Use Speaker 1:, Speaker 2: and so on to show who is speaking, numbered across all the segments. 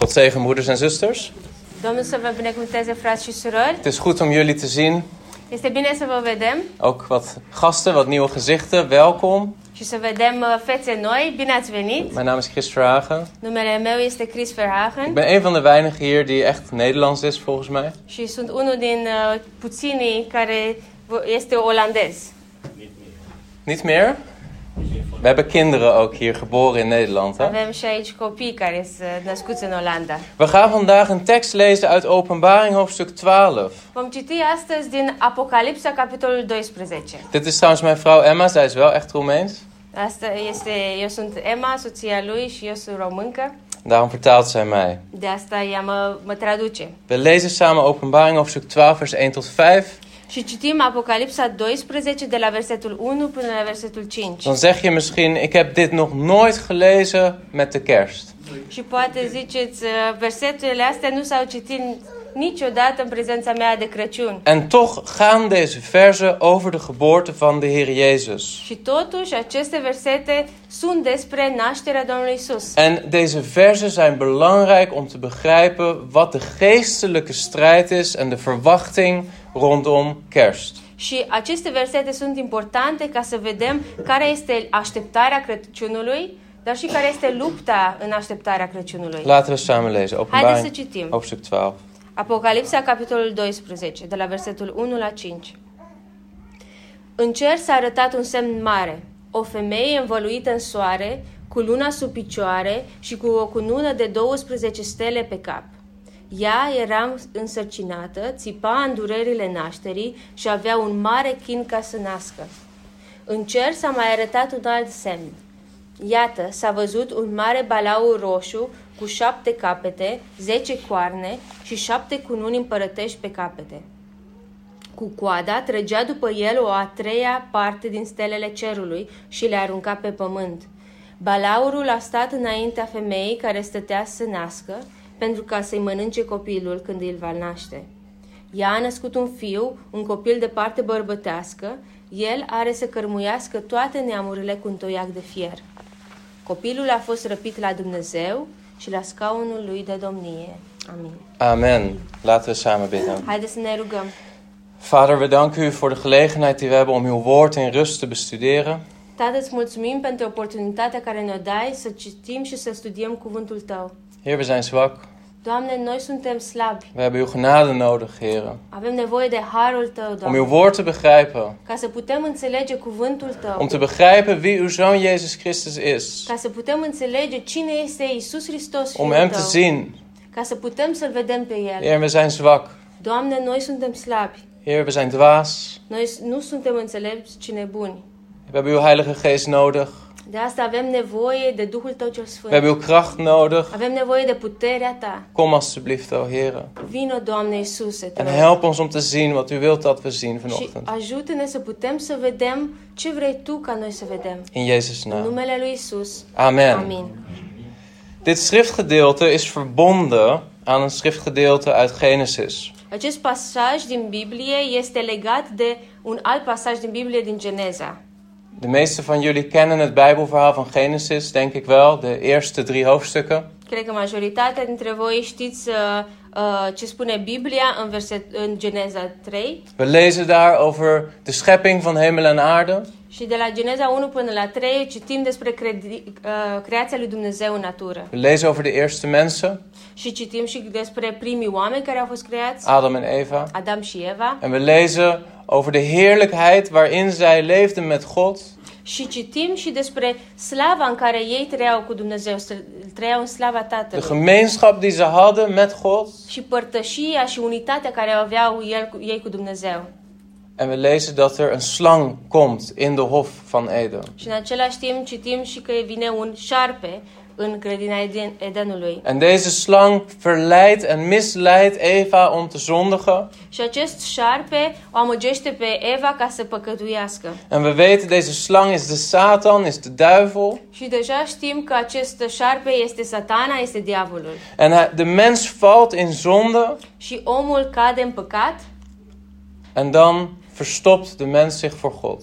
Speaker 1: God zegen moeders en zusters.
Speaker 2: Domnul să vă binecuvânteze, frați și surori.
Speaker 1: Het is goed om jullie te zien.
Speaker 2: Este bine să vă vedem
Speaker 1: Ook wat gasten, wat nieuwe gezichten. Welkom.
Speaker 2: și să vedem uh, fețe noi. Bine ați venit!
Speaker 1: Mijn naam is Chris Verhagen.
Speaker 2: Numele meu este Chris Verhagen
Speaker 1: Ik ben een van de weinigen hier die echt Nederlands is volgens mij.
Speaker 2: și sunt unul din uh, puținii care vo- este olandez.
Speaker 1: Niet meer? We hebben kinderen ook hier geboren in Nederland. Hè?
Speaker 2: Avem și aici copii care sunt născuți în Olanda.
Speaker 1: We gaan vandaag een tekst lezen uit Openbaring hoofdstuk 12.
Speaker 2: Vom citi astăzi din Apocalipsa, capitolul 12.
Speaker 1: Dit is trouwens mijn vrouw Emma, zij is wel echt Roemeens.
Speaker 2: Asta este, eu sunt Emma, soția lui și eu sunt româncă.
Speaker 1: Daarom vertaalt zij mij.
Speaker 2: De asta ea mă, mă traduce.
Speaker 1: We lezen samen Openbaring hoofdstuk 12 vers 1 tot 5.
Speaker 2: Și citim Apocalipsa 12 de la versetul 1 până la versetul 5.
Speaker 1: Dan zeg je misschien, ik heb dit nog nooit gelezen met de kerst.
Speaker 2: Și poate ziceți, uh, versetele astea nu s-au citit niciodată în prezența mea de Crăciun.
Speaker 1: En toch gaan deze verzen over de geboorte van de Heer Jezus.
Speaker 2: Și totuși, aceste versete sunt despre nașterea Domnului Isus.
Speaker 1: En deze verzen zijn belangrijk om te begrijpen wat de geestelijke strijd is en de verwachting rondom kerst.
Speaker 2: Și aceste versete sunt importante ca să vedem care este așteptarea Crăciunului, dar și care este lupta în așteptarea Crăciunului.
Speaker 1: Laten we samen lezen.
Speaker 2: Haideți să
Speaker 1: Openbaring,
Speaker 2: citim.
Speaker 1: hoofdstuk 12.
Speaker 2: Apocalipsa, capitolul 12, de la versetul 1 la 5. În cer s-a arătat un semn mare, o femeie învăluită în soare, cu luna sub picioare și cu o cunună de 12 stele pe cap. Ea era însărcinată, țipa în durerile nașterii și avea un mare chin ca să nască. În cer s-a mai arătat un alt semn. Iată, s-a văzut un mare balaur roșu cu șapte capete, zece coarne și șapte cununi împărătești pe capete. Cu coada trăgea după el o a treia parte din stelele cerului și le arunca pe pământ. Balaurul a stat înaintea femeii care stătea să nască, pentru ca să-i mănânce copilul când îl va naște. Ea a născut un fiu, un copil de parte bărbătească, el are să cărmuiască toate neamurile cu un toiac de fier. Copilul a fost răpit la Dumnezeu și la scaunul lui de domnie. Amin.
Speaker 1: Amen. Laten we samen bidden.
Speaker 2: Haideți să ne rugăm.
Speaker 1: Vader, we danken u voor de gelegenheid die we hebben om uw woord in rust te bestuderen.
Speaker 2: Tată, îți mulțumim pentru oportunitatea care ne-o dai să citim și să studiem cuvântul Tău.
Speaker 1: Heer, we zijn zwak.
Speaker 2: Doamne, noi suntem slabi.
Speaker 1: We hebben uw genade nodig, Heer.
Speaker 2: Avem nevoie de harul Tău,
Speaker 1: Om
Speaker 2: Doamne,
Speaker 1: uw woord te begrijpen.
Speaker 2: ca să putem înțelege cuvântul Tău,
Speaker 1: Om te begrijpen wie uw zoon Jezus Christus is.
Speaker 2: ca să putem înțelege cine este Isus Hristos,
Speaker 1: Om
Speaker 2: Fiul
Speaker 1: hem te
Speaker 2: Tău,
Speaker 1: zien.
Speaker 2: ca să putem să-L vedem pe El.
Speaker 1: Heer, we zijn zwak.
Speaker 2: Doamne, noi suntem slabi.
Speaker 1: Heer, we zijn dwaas.
Speaker 2: Noi s- nu suntem înțelepți, ci nebuni.
Speaker 1: We hebben uw Heilige Geest nodig.
Speaker 2: De asta avem nevoie de Duhul Tău cel
Speaker 1: We
Speaker 2: Sfânt.
Speaker 1: hebben uw kracht nodig.
Speaker 2: Avem nevoie de puterea Ta.
Speaker 1: Kom alstublieft, o Heer.
Speaker 2: Vino, Doamne Iisuse, te
Speaker 1: En
Speaker 2: rog.
Speaker 1: help ons om te zien wat u wilt dat we zien
Speaker 2: Și
Speaker 1: vanochtend.
Speaker 2: ajută-ne să putem să vedem ce vrei tu ca noi să vedem.
Speaker 1: In Jezus'
Speaker 2: În
Speaker 1: naam.
Speaker 2: numele lui Isus.
Speaker 1: Da. Amen.
Speaker 2: Amin.
Speaker 1: Dit schriftgedeelte is verbonden aan een schriftgedeelte uit Genesis.
Speaker 2: Acest pasaj din Biblie este legat de un alt pasaj din Biblie din Geneza.
Speaker 1: De meeste van jullie kennen het Bijbelverhaal van Genesis, denk ik wel, de eerste drie hoofdstukken.
Speaker 2: Cred că majoritatea dintre voi știți uh, uh, ce spune Biblia în, verset, în Geneza 3.
Speaker 1: We lezen daar over de schepping van hemel en aarde,
Speaker 2: Și de la Geneza 1 până la 3 citim despre credi- uh, creația lui Dumnezeu în natură.
Speaker 1: We lezen over de eerste mensen,
Speaker 2: Și citim și despre primii oameni care au fost creați,
Speaker 1: Adam en Eva.
Speaker 2: Adam și Eva.
Speaker 1: En we lezen over de heerlijkheid waarin zij leefden met God.
Speaker 2: Și citim și despre slava în care ei trăiau cu Dumnezeu, să- trăiau în slava
Speaker 1: De
Speaker 2: Tatălui.
Speaker 1: gemeenschap die ze hadden met God.
Speaker 2: Și părtășia și unitatea care o aveau el, cu- ei cu Dumnezeu.
Speaker 1: En we lezen dat er een slang komt in de hof van Eden.
Speaker 2: Și în același timp citim și că vine un șarpe în grădina Eden- Edenului.
Speaker 1: En deze slang verleidt en misleidt Eva om te zondigen.
Speaker 2: Și acest șarpe o amăgește pe Eva ca să păcătuiască.
Speaker 1: En we weten, deze slang is de Satan, is de duivel.
Speaker 2: Și deja știm că acest șarpe este satana, este diavolul.
Speaker 1: En hij- de mens valt in zonde.
Speaker 2: Și omul cade în păcat
Speaker 1: En dan verstopt de mens zich voor God.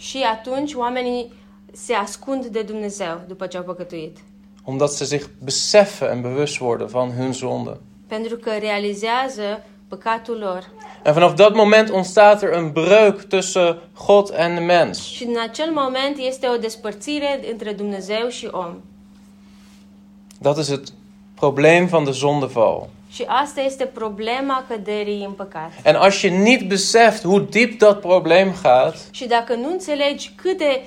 Speaker 2: și atunci oamenii se ascund de Dumnezeu după ce au păcătuit.
Speaker 1: omdat ze zich beseffen en bewust worden van hun zonde.
Speaker 2: pentru că realizează păcatul lor.
Speaker 1: En vanaf dat moment ontstaat er een breuk tussen God en de mens.
Speaker 2: Și din acel moment este o despărțire între Dumnezeu și om.
Speaker 1: Dat is het probleem van de zondeval.
Speaker 2: Și asta este problema căderii în păcat.
Speaker 1: En als je niet beseft hoe diep dat probleem gaat,
Speaker 2: Și dacă nu înțelegi cât de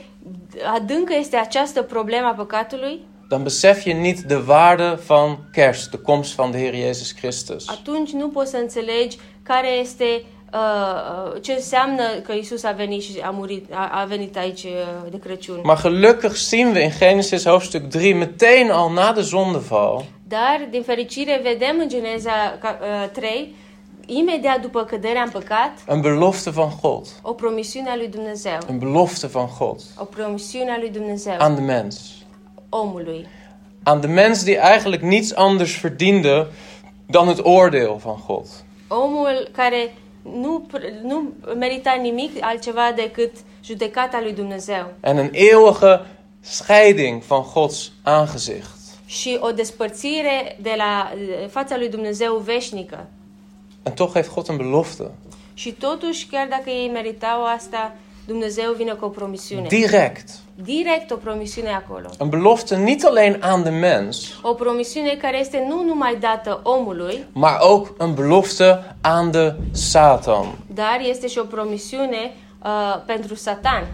Speaker 2: adâncă este această problemă a păcatului,
Speaker 1: dan besef je niet de waarde van kerst, de komst van de Heer Jezus Christus.
Speaker 2: atunci nu poți să înțelegi care este uh, ce înseamnă că Isus a venit și a murit, a, a venit aici uh, de Crăciun.
Speaker 1: Maar gelukkig zien we in Genesis hoofdstuk 3 meteen al na de zondeval
Speaker 2: Dar, din fericire, vedem în Geneza ca- uh, 3, imediat după căderea în păcat,
Speaker 1: een belofte van God.
Speaker 2: o promisiune a lui Dumnezeu.
Speaker 1: Een belofte van God
Speaker 2: O promisiune a lui Dumnezeu,
Speaker 1: aan de mens.
Speaker 2: omului.
Speaker 1: Aan de mens die eigenlijk niets anders verdiende dan het oordeel van God.
Speaker 2: Omul care nu, pr- nu merita nimic altceva decât judecata lui Dumnezeu
Speaker 1: En een eeuwige scheiding van Gods aangezicht.
Speaker 2: și o despărțire de la eh, fața lui Dumnezeu veșnică.
Speaker 1: En toch heeft God een belofte.
Speaker 2: Și totuși, chiar dacă ei meritau asta, Dumnezeu vine cu o promisiune.
Speaker 1: Direct.
Speaker 2: Direct o promisiune acolo.
Speaker 1: Een belofte niet alleen aan de mens,
Speaker 2: O promisiune care este nu numai dată omului,
Speaker 1: maar ook een belofte aan de Satan.
Speaker 2: dar este și o promisiune uh, pentru Satan.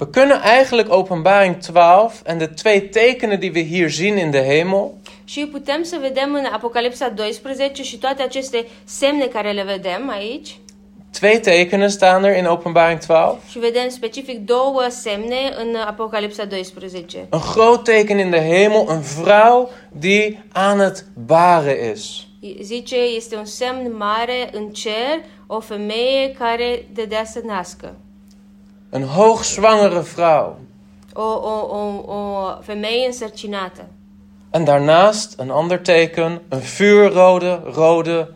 Speaker 1: We kunnen eigenlijk Openbaring 12 en de twee tekenen die we hier zien in de hemel,
Speaker 2: Și putem să vedem în Apocalipsa 12 și toate aceste semne care le vedem aici.
Speaker 1: twee tekenen staan er in Openbaring 12.
Speaker 2: Și vedem specific două semne în Apocalipsa 12.
Speaker 1: Een groot teken in de hemel, een vrouw die aan het baren is.
Speaker 2: Zice, este un semn mare în cer, o femeie care dădea să nască.
Speaker 1: Een hoogzwangere vrouw.
Speaker 2: O, o, o, o femeie însărcinată.
Speaker 1: En daarnaast een ander teken, een vuurrode, rode,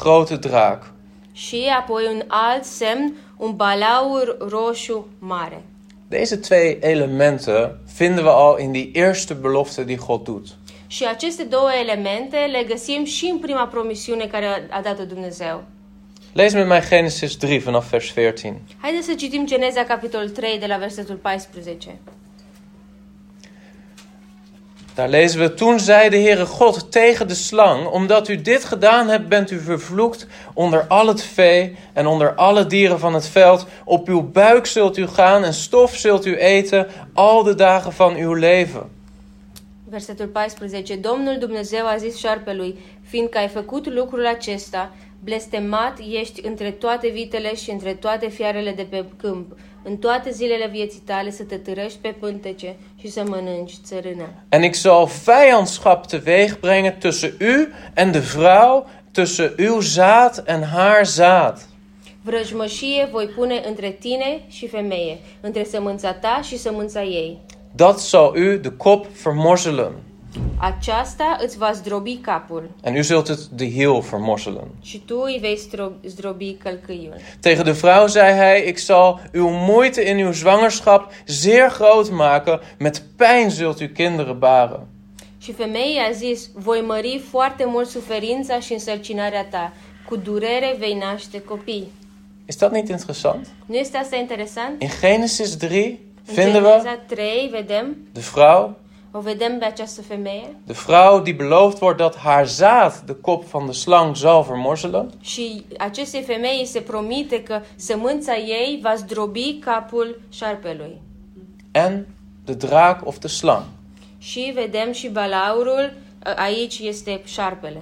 Speaker 1: grote draak.
Speaker 2: Și apoi un alt semn, un balaur roșu mare.
Speaker 1: Deze twee elementen vinden we al in die eerste belofte die God doet.
Speaker 2: Și aceste două elemente le găsim și în prima promisiune care a dat-o Dumnezeu.
Speaker 1: Lees met mij Genesis 3 vanaf vers 14.
Speaker 2: Haideți să citim Geneza, capitolul 3, de la versetul 14.
Speaker 1: Daar lezen we, toen zei de Heere God tegen de slang, omdat u dit gedaan hebt, bent u vervloekt onder al het vee en onder alle dieren van het veld. Op uw buik zult u gaan en stof zult u eten al de dagen van uw leven.
Speaker 2: Versetul 14. Domnul Dumnezeu a zis șarpelui, fiindcă ai făcut lucrul acesta, blestemat ești între toate vitele și între toate fiarele de pe câmp. În toate zilele vieții tale să te târăști pe pântece și să mănânci țărâna.
Speaker 1: En ik zal vijandschap teweeg brengen tussen u en de vrouw, tussen uw zaad en haar zaad.
Speaker 2: Vrăjmășie voi pune între tine și femeie, între sămânța ta și sămânța ei.
Speaker 1: Dat zal u de kop vermorzelen
Speaker 2: Aceasta îți va zdrobi capul
Speaker 1: en u zult het de hiel vermorzelen.
Speaker 2: și tu îi vei stro- zdrobi călcâiul.
Speaker 1: Tegen de vrouw zei hij: Ik zal uw moeite in uw zwangerschap zeer groot maken. Met pijn zult u kinderen baren.
Speaker 2: Și femeia a zis, voi mări foarte mult suferința și însărcinarea ta. Cu durere vei naște copii.
Speaker 1: Is dat niet interessant?
Speaker 2: Nu este asta interesant?
Speaker 1: In Genesis 3
Speaker 2: În
Speaker 1: vinden we
Speaker 2: Geneza 3 vedem,
Speaker 1: de vrouw.
Speaker 2: o vedem pe această femeie
Speaker 1: De vrouw die beloofd wordt dat haar zaad de kop van de slang zal vermorzelen.
Speaker 2: și acestei femei îi se promite că sămânța ei va zdrobi capul șarpelui.
Speaker 1: En de draak of de slang.
Speaker 2: Și vedem și balaurul, a- aici este șarpele.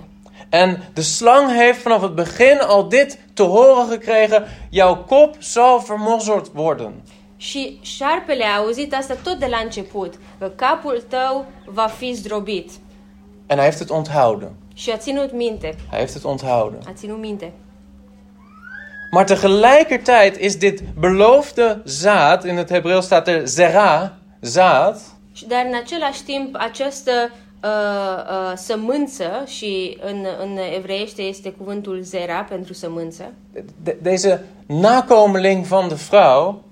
Speaker 1: En de slang heeft vanaf het begin al dit te horen gekregen: Jouw kop zal vermorzeld worden.
Speaker 2: Și șarpele a auzit asta tot de la început, că capul tău va fi zdrobit.
Speaker 1: En hij heeft het onthouden.
Speaker 2: Și a ținut minte,
Speaker 1: Hij heeft het onthouden.
Speaker 2: a ținut minte.
Speaker 1: Maar tegelijkertijd is dit beloofde zaad, in het Hebreeuws staat er zera, zaad,
Speaker 2: Și- Dar în același timp, această uh, uh, sămânță, și în, în evreiește este cuvântul zera pentru sămânță,
Speaker 1: de- deze nakomeling van de vrouw,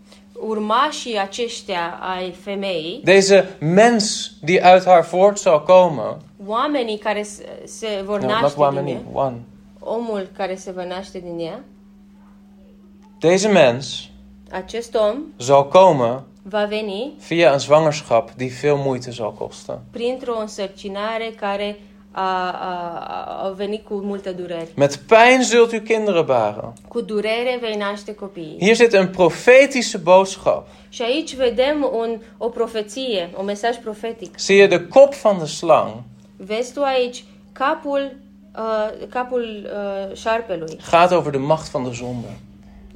Speaker 2: urmașii aceștia ai femeii,
Speaker 1: Deze mens die uit haar voort zal komen. Nou,
Speaker 2: oamenii care se, se vor
Speaker 1: No, not
Speaker 2: naște
Speaker 1: one,
Speaker 2: din
Speaker 1: any,
Speaker 2: ea,
Speaker 1: one.
Speaker 2: omul care se va naște din ea,
Speaker 1: Deze mens
Speaker 2: acest om
Speaker 1: zal komen
Speaker 2: va veni
Speaker 1: via een zwangerschap die veel moeite zal kosten.
Speaker 2: printr-o însărcinare care a, a, a, a venit cu multă durere.
Speaker 1: Met pijn zult u kinderen baren.
Speaker 2: Cu durere vei naște copiii.
Speaker 1: Hier zit een profetische boodschap.
Speaker 2: Și aici vedem un, o profeție, un mesaj profetic.
Speaker 1: Zie je de kop van de slang
Speaker 2: Vezi tu aici capul, uh, capul uh, șarpelui.
Speaker 1: gaat over de macht van de zonde.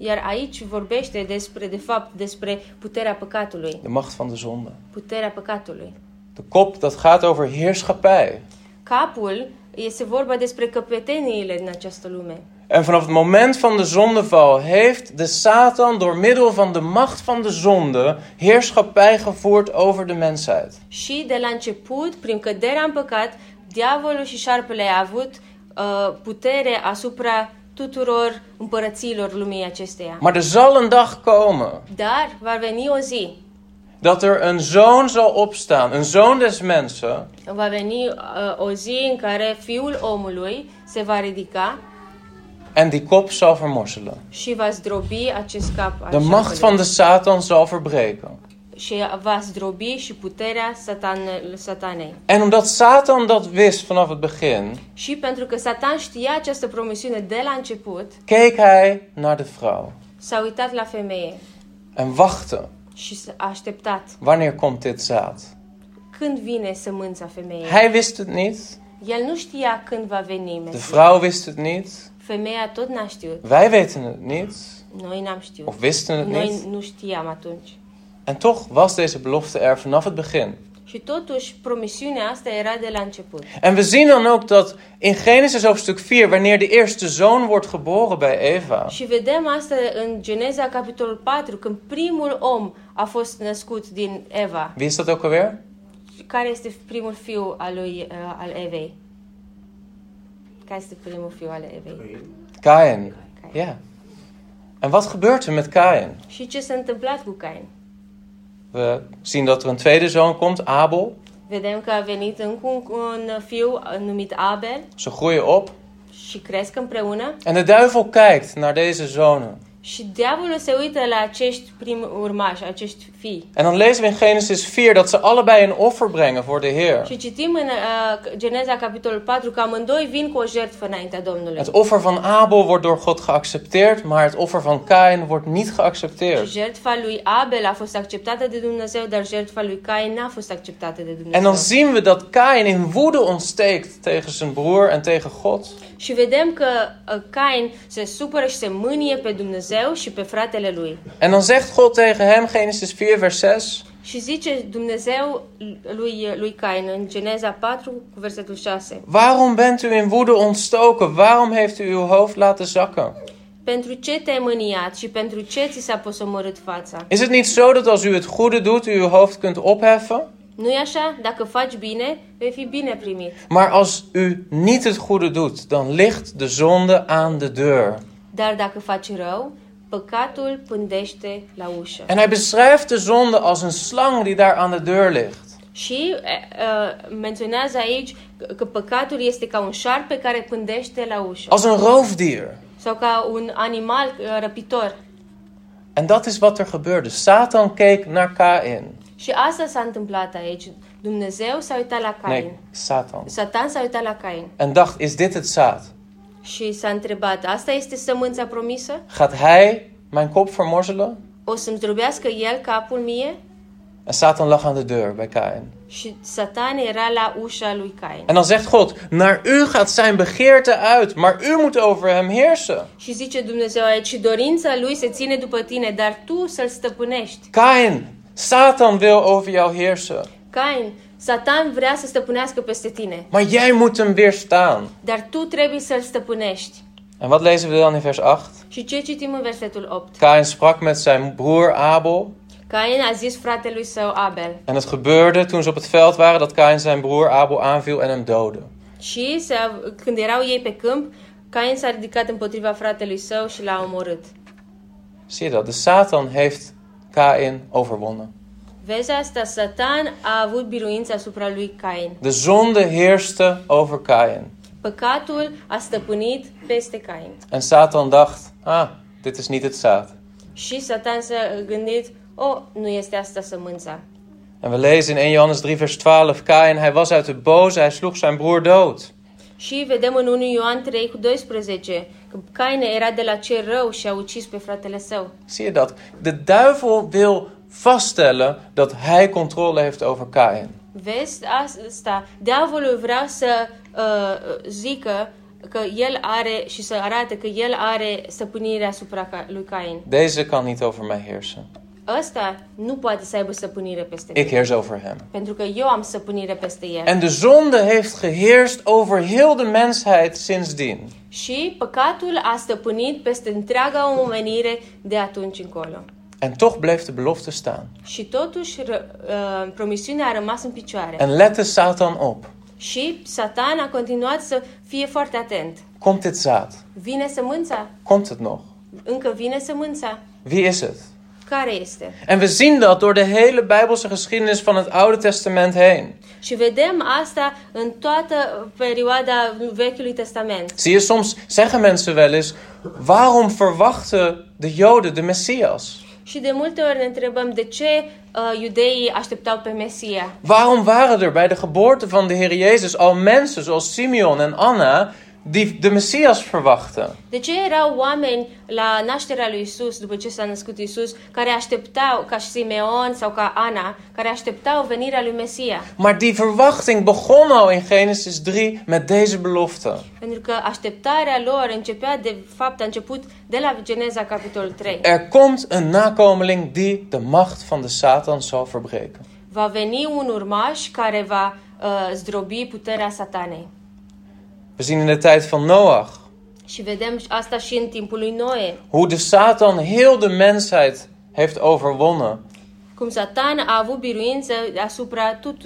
Speaker 2: Iar aici vorbește despre, de fapt, despre puterea păcatului.
Speaker 1: De macht van de zonde.
Speaker 2: Puterea păcatului.
Speaker 1: De kop, dat gaat over heerschappij.
Speaker 2: Capul este vorba despre căpeteniile în această lume.
Speaker 1: En vanaf het moment van de zondeval heeft de Satan door middel van de macht van de zonde heerschappij gevoerd over de mensheid.
Speaker 2: Și de la început, prin căderea în păcat, diavolul și șarpele a avut uh, putere asupra tuturor împărățiilor lumii acesteia.
Speaker 1: Maar er zal een dag komen
Speaker 2: Dar va veni o zi,
Speaker 1: dat er een zoon zal opstaan, een zoon des mensen,
Speaker 2: va veni uh, o zi în care fiul omului se va ridica
Speaker 1: en die kop zal vermorzelen.
Speaker 2: și va zdrobi acest cap al
Speaker 1: De macht van
Speaker 2: șarpelui.
Speaker 1: de Satan zal verbreken.
Speaker 2: și va zdrobi și puterea satan- satanei.
Speaker 1: En omdat Satan dat wist vanaf het begin,
Speaker 2: Și pentru că Satan știa această promisiune de la început,
Speaker 1: keek hij naar de vrouw
Speaker 2: s-a uitat la femeie
Speaker 1: en wachtte.
Speaker 2: și s- a așteptat
Speaker 1: Wanneer komt dit zaad?
Speaker 2: când vine sămânța femeii.
Speaker 1: Hij wist het niet,
Speaker 2: El nu știa când va veni
Speaker 1: de
Speaker 2: Mesia.
Speaker 1: vrouw wist het niet,
Speaker 2: Femeia tot n-a știut.
Speaker 1: wij weten het niet,
Speaker 2: Noi n-am știut.
Speaker 1: of wisten het
Speaker 2: Noi
Speaker 1: niet.
Speaker 2: nu știam atunci.
Speaker 1: En toch was deze belofte er vanaf het begin.
Speaker 2: Și totuși, promisiunea asta era de la început.
Speaker 1: En we zien dan ook dat in Genesis hoofdstuk 4, wanneer de eerste zoon wordt geboren bij Eva,
Speaker 2: Și vedem asta în Geneza, capitolul 4, când primul om a fost născut din Eva.
Speaker 1: wie is dat ook alweer?
Speaker 2: Care este primul fiu al lui uh, al Evei? Care este primul fiu al Evei?
Speaker 1: Kain. Ja. En wat gebeurt er met Kain?
Speaker 2: Și ce s-a întâmplat cu Cain?
Speaker 1: We zien dat er een tweede zoon komt, Abel.
Speaker 2: Vedem că a venit încă un, un fiu uh, numit Abel
Speaker 1: Ze groeien op.
Speaker 2: și cresc împreună
Speaker 1: En de duivel kijkt naar deze zonen.
Speaker 2: și diavolul se uită la acești primi urmași, acești fii.
Speaker 1: En dan lezen we in Genesis 4 dat ze allebei een offer brengen voor de Heer.
Speaker 2: Și citim în uh, Geneza, capitolul 4, că amândoi vin cu o jertfă înaintea Domnului.
Speaker 1: Het offer van Abel wordt door God geaccepteerd, maar het offer van Kain wordt niet
Speaker 2: Și
Speaker 1: geaccepteerd.
Speaker 2: jertfa lui Abel a fost acceptată de Dumnezeu, dar jertfa lui Cain n-a fost acceptată de
Speaker 1: En
Speaker 2: Dumnezeu.
Speaker 1: dan zien we dat Kain in woede ontsteekt tegen zijn broer en tegen God.
Speaker 2: Și vedem că uh, Cain se supără și se mânie pe Dumnezeu și pe fratele lui.
Speaker 1: En dan zegt God tegen hem, Genesis 4, vers 6.
Speaker 2: Și zice Dumnezeu lui, lui Cain în Geneza 4 cu versetul 6.
Speaker 1: Waarom bent u in woede ontstoken? Waarom heeft u uw hoofd laten zakken?
Speaker 2: Pentru ce te-ai mâniat și pentru ce ți s-a posomorât fața?
Speaker 1: Is het niet zo dat als u het goede doet, u uw hoofd kunt opheffen?
Speaker 2: nu e așa? Dacă faci bine, vei fi bine primit.
Speaker 1: Maar als u niet het goede doet, dan ligt de zonde aan de deur.
Speaker 2: Dar dacă faci rău, păcatul pândește la ușă.
Speaker 1: En hij beschrijft de zonde als een slang die daar aan de deur ligt.
Speaker 2: Și uh, menționează aici că- că păcatul este ca un șarpe care pândește la ușă.
Speaker 1: Als een roofdier.
Speaker 2: Sau ca un animal uh, răpitor.
Speaker 1: En dat is wat er gebeurde. Satan keek naar Kain.
Speaker 2: Și asta s-a întâmplat aici. Dumnezeu s-a uitat la Cain.
Speaker 1: Nee, Satan.
Speaker 2: Satan s-a uitat la Cain
Speaker 1: En dacht, is dit het zaad?
Speaker 2: și s-a întrebat, asta este sămânța promisă?
Speaker 1: Gaat hij mijn kop vermorzelen?
Speaker 2: O să-mi zdrobească el capul mie?
Speaker 1: En Satan lag aan de deur bij Kain.
Speaker 2: Și Satan era la ușa lui Cain.
Speaker 1: En dan zegt God, naar u gaat zijn begeerte uit, maar u moet over hem heersen.
Speaker 2: Și zice Dumnezeu aici, și dorința lui se ține după tine, dar tu să-l stăpânești.
Speaker 1: Kain, Satan wil over jou heersen,
Speaker 2: Cain, Satan vrea să stăpânească peste tine,
Speaker 1: maar jij moet hem weerstaan.
Speaker 2: dar tu trebuie să-l stăpânești.
Speaker 1: En wat lezen we dan in vers 8?
Speaker 2: Și ce citim în versetul 8?
Speaker 1: Kain sprak met zijn broer Abel.
Speaker 2: Cain a zis fratelui său Abel.
Speaker 1: En het gebeurde toen ze op het veld waren dat Kain zijn broer Abel aanviel en hem doodde.
Speaker 2: Și se, când erau ei pe câmp, Cain s-a ridicat împotriva fratelui său și l-a omorât.
Speaker 1: Zie je dat? De Satan heeft Kain overwonnen.
Speaker 2: Vezi asta? Satan a avut biruința asupra lui Cain.
Speaker 1: De zonde heerste over Kain.
Speaker 2: Păcatul a stăpânit peste Cain.
Speaker 1: En Satan dacht, ah, dit is niet het zaad.
Speaker 2: Și Satan s-a gândit, o, oh, nu este asta sămânța.
Speaker 1: En we lezen in 1 Johannes 3 vers 12, Kain, hij was uit de boze, hij sloeg zijn broer dood.
Speaker 2: Și vedem în 1 Ioan 3 cu 12 că Cain era de la cel rău și a ucis pe fratele său.
Speaker 1: Zie je dat? De duivel wil vaststellen dat hij controle heeft over Kain.
Speaker 2: Vezi asta? Diavolul vrea să uh, zică că el are și să arate că el are stăpânirea asupra ca- lui Cain.
Speaker 1: Deze kan niet over mij heersen.
Speaker 2: Ăsta nu poate să aibă stăpânire peste
Speaker 1: Ik
Speaker 2: mine.
Speaker 1: heers over hem.
Speaker 2: Pentru că eu am stăpânire peste el.
Speaker 1: En de zonde heeft geheerst over heel de mensheid sindsdien.
Speaker 2: Și păcatul a stăpânit peste întreaga omenire de atunci încolo.
Speaker 1: En toch bleef de belofte staan.
Speaker 2: Și totuși ră, uh, promisiunea a rămas în picioare.
Speaker 1: En lette Satan op.
Speaker 2: Și Satan a continuat să fie foarte atent.
Speaker 1: Komt dit zaad?
Speaker 2: Vine sămânța?
Speaker 1: Komt het nog?
Speaker 2: Încă vine sămânța?
Speaker 1: Wie is het?
Speaker 2: Care este?
Speaker 1: En we zien dat door de hele Bijbelse geschiedenis van het Oude Testament heen.
Speaker 2: Și vedem asta în toată perioada Vechiului Testament.
Speaker 1: Zie je, soms zeggen mensen wel eens: waarom verwachten de Joden de Messias?
Speaker 2: Și de multe ori ne întrebăm de ce uh, iudeii așteptau pe Mesia.
Speaker 1: Waarom waren er bij de geboorte van de Heer Jezus al mensen zoals Simeon en Anna die de Messias verwachten?
Speaker 2: De ce erau oameni la nașterea lui Isus, după ce s-a născut Isus, care așteptau, ca și Simeon sau ca Ana, care așteptau venirea lui Mesia?
Speaker 1: Maar die verwachting begon al in Genesis 3 met deze belofte.
Speaker 2: Pentru că așteptarea lor începea, de fapt, a început de la Geneza, capitolul 3.
Speaker 1: Er komt een nakomeling die de macht van de Satan zal verbreken.
Speaker 2: Va veni un urmaș care va uh, zdrobi puterea satanei.
Speaker 1: We zien in de tijd van Noach
Speaker 2: Și vedem asta și în timpul lui Noe,
Speaker 1: hoe de Satan heel de mensheid heeft overwonnen.
Speaker 2: cum Satan a avut biruință asupra tut,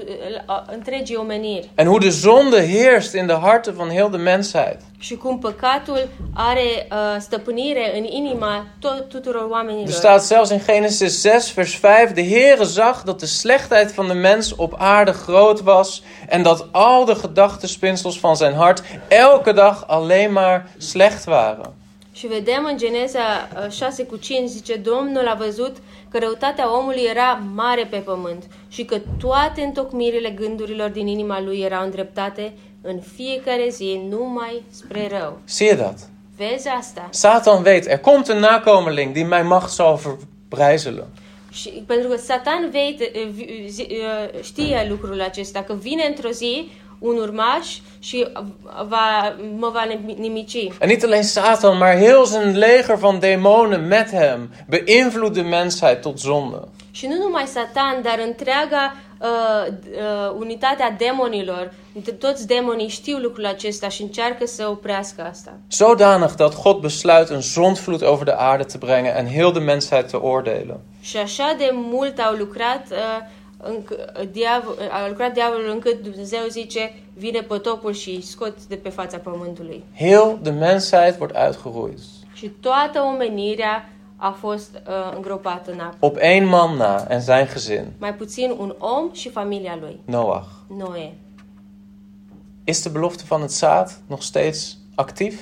Speaker 2: a- întregii omeniri
Speaker 1: En hoe de zonde heerst in de harten van heel de mensheid.
Speaker 2: și cum păcatul are uh, stăpânire în inima tot, tuturor
Speaker 1: Er
Speaker 2: oamenilor.
Speaker 1: staat zelfs in Genesis 6, vers 5: De Heere zag dat de slechtheid van de mens op aarde groot was. En dat al de gedachtespinsels van zijn hart elke dag alleen maar slecht waren.
Speaker 2: Și vedem în Geneza uh, 6 cu 5, zice, Domnul a văzut că răutatea omului era mare pe pământ și că toate întocmirile gândurilor din inima lui erau îndreptate în fiecare zi numai spre rău.
Speaker 1: Zie je dat?
Speaker 2: Vezi asta?
Speaker 1: Satan weet, er komt een nakomeling die mijn macht zal verbrijzelen.
Speaker 2: Și pentru că Satan vei, vi- zi- eh, știe lucrul acesta, că vine într-o zi un urmaș și va, mă va nimici.
Speaker 1: En niet alleen Satan, maar heel zijn leger van demonen met hem beïnvloedt de mensheid tot zonde.
Speaker 2: Și nu numai Satan, dar întreaga uh, uh, unitatea demonilor, t- toți demonii știu lucrul acesta și încearcă să oprească asta.
Speaker 1: Zodanig dat God besluit een zondvloed over de aarde te brengen en heel de mensheid te oordelen.
Speaker 2: Și așa de mult au lucrat, uh, înc- diav- a lucrat diavolul încât Dumnezeu zice, vine potopul și îi scot de pe fața pământului.
Speaker 1: Heel de mensheid wordt uitgeroeid.
Speaker 2: Și toată omenirea a fost uh, îngropată în apă.
Speaker 1: Op één man na en zijn gezin,
Speaker 2: Mai puțin un om și familia lui,
Speaker 1: Noach.
Speaker 2: Noe.
Speaker 1: Is de belofte van het zaad nog steeds actief?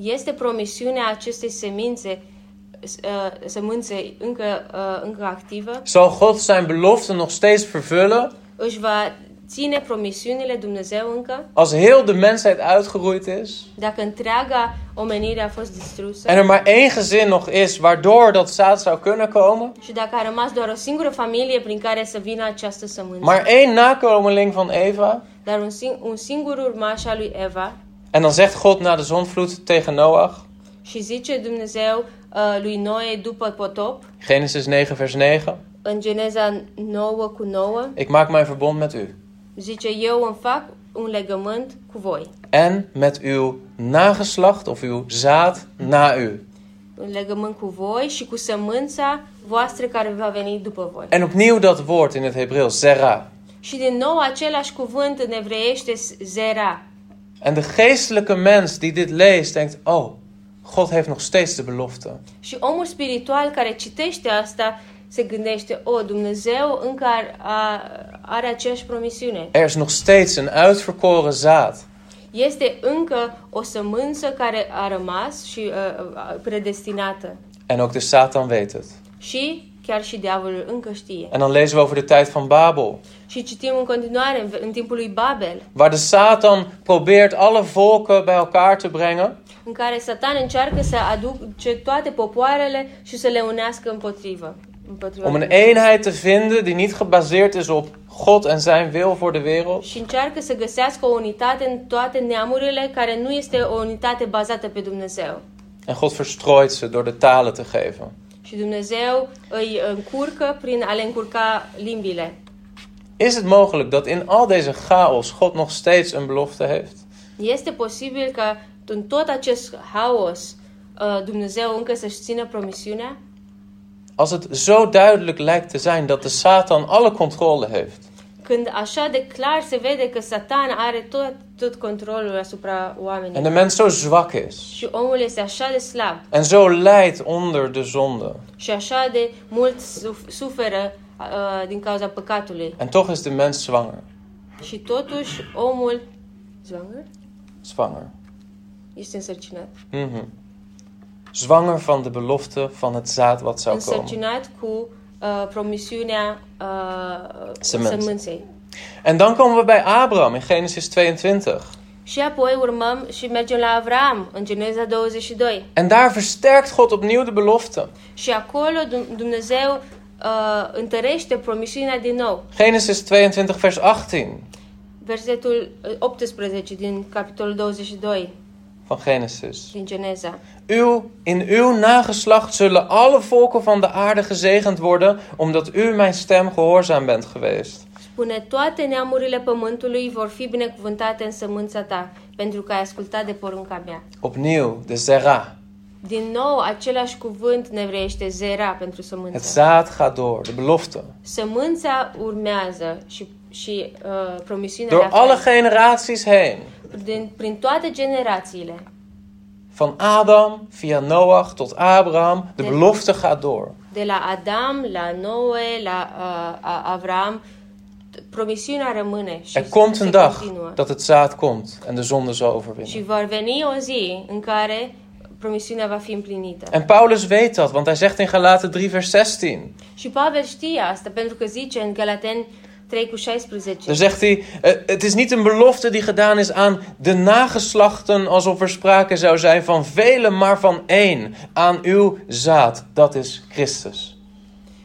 Speaker 2: Este promisiunea acestei semințe, s- uh, sămânțe încă, uh, încă activă?
Speaker 1: Zal God zijn belofte nog steeds vervullen
Speaker 2: Își va ține promisiunile Dumnezeu încă?
Speaker 1: als heel de mensheid uitgeroeid is?
Speaker 2: Dacă întreaga omenire a fost distrusă?
Speaker 1: en er maar één gezin nog is waardoor dat zaad zou kunnen komen,
Speaker 2: Și dacă a rămas doar o singură familie prin care să vină această sămânță?
Speaker 1: maar één nakomeling van Eva.
Speaker 2: Dar un, sing- un singur urmaș al lui Eva
Speaker 1: En dan zegt God na de zonvloed tegen Noach,
Speaker 2: și zice Dumnezeu uh, lui Noe după potop,
Speaker 1: Genesis 9, vers 9:
Speaker 2: În Geneza 9 cu 9
Speaker 1: Ik maak mijn verbond met u
Speaker 2: zice eu îmi fac un legământ cu voi.
Speaker 1: en met uw nageslacht of uw zaad na u.
Speaker 2: Un legământ cu voi și cu sămânța voastră care va veni după voi.
Speaker 1: En opnieuw dat woord in het Hebreeuws, zera.
Speaker 2: Și din nou același cuvânt în evreiește zera.
Speaker 1: En de geestelijke mens die dit leest, denkt: Oh, God heeft nog steeds de belofte.
Speaker 2: Și omul spiritual care citește asta se gândește, o, Dumnezeu încă ar, a, are aceeași promisiune.
Speaker 1: Er is nog steeds een uitverkoren zaad.
Speaker 2: Este încă o sămânță care a rămas și uh, uh, predestinată.
Speaker 1: En ook de Satan weet het.
Speaker 2: Și chiar și diavolul încă știe.
Speaker 1: En dan lezen we over de tijd van Babel.
Speaker 2: Și citim în continuare, în, în timpul lui Babel,
Speaker 1: Waar de Satan probeert alle volken bij elkaar te brengen.
Speaker 2: în care Satan încearcă să aduce toate popoarele și să le unească împotrivă. împotriva
Speaker 1: Om
Speaker 2: lui
Speaker 1: een
Speaker 2: Dumnezeu.
Speaker 1: eenheid te vinden die niet gebaseerd is op God en zijn wil voor de wereld.
Speaker 2: Și încearcă să găsească o unitate în toate neamurile care nu este o unitate bazată pe Dumnezeu.
Speaker 1: En God verstrooit ze door de talen te geven.
Speaker 2: Și Dumnezeu îi încurcă prin a le încurca limbile.
Speaker 1: Is het mogelijk dat in al deze chaos God nog steeds een belofte heeft?
Speaker 2: Este posibil că în tot acest haos uh, Dumnezeu încă să-și țină promisiunea?
Speaker 1: Als het zo duidelijk lijkt te zijn dat de Satan alle controle heeft.
Speaker 2: Când așa de clar se vede că Satan are tot, tot controlul asupra
Speaker 1: En
Speaker 2: oamenilor
Speaker 1: de mens zo zwak is.
Speaker 2: și omul este așa de slab
Speaker 1: En zo lijdt onder de zonde.
Speaker 2: și așa de mult suf- suferă uh, din cauza păcatului.
Speaker 1: En toch is de mens zwanger.
Speaker 2: Și totuși omul zvanger
Speaker 1: Zwanger.
Speaker 2: este însărcinat.
Speaker 1: Mhm. Zwanger van de belofte van het zaad wat zou komen.
Speaker 2: Însărcinat cu uh, promisiunea uh,
Speaker 1: Sămânței.
Speaker 2: sămânței.
Speaker 1: En dan komen we bij Abraham in Genesis 22.
Speaker 2: Și apoi urmăm și mergem la Avram în Geneza 22.
Speaker 1: En daar versterkt God opnieuw de belofte.
Speaker 2: Și acolo Dum- Dumnezeu uh, întărește promisiunea din nou.
Speaker 1: Genesis 22, vers 18
Speaker 2: Versetul uh, 18 din capitolul 22
Speaker 1: van Genesis.
Speaker 2: din Geneza.
Speaker 1: Uw, in uw nageslacht zullen alle volken van de aarde gezegend worden, omdat u mijn stem gehoorzaam bent geweest.
Speaker 2: Spune, toate neamurile pământului vor fi binecuvântate în sămânța ta, pentru că ai ascultat de porunca mea.
Speaker 1: Opnieuw, de zera.
Speaker 2: Din nou, același cuvânt nevreiește zera pentru
Speaker 1: Het
Speaker 2: sămânță.
Speaker 1: zaad gaat door, de belofte.
Speaker 2: Sămânța urmează și, și uh, promisiunea
Speaker 1: Door
Speaker 2: la fel.
Speaker 1: alle generaties heen.
Speaker 2: din, prin toate generațiile.
Speaker 1: Van Adam via Noach tot Abraham, de belofte gaat door.
Speaker 2: De la Adam, la Noe, la uh, a- Avram, t- promisiunea rămâne și
Speaker 1: Er komt
Speaker 2: se
Speaker 1: een dag
Speaker 2: continuă.
Speaker 1: dat het zaad komt en de zonde zal overwinnen.
Speaker 2: Și vor veni o zi în care promisiunea va fi împlinită.
Speaker 1: En Paulus weet dat, want hij zegt in Galaten 3, vers 16.
Speaker 2: Și Pavel știe asta pentru că zice în Galaten 3 cu 16.
Speaker 1: Dan zegt hij: eh, Het is niet een belofte die gedaan is aan de nageslachten, alsof er sprake zou zijn van velen, maar van één. Aan uw zaad, dat is Christus.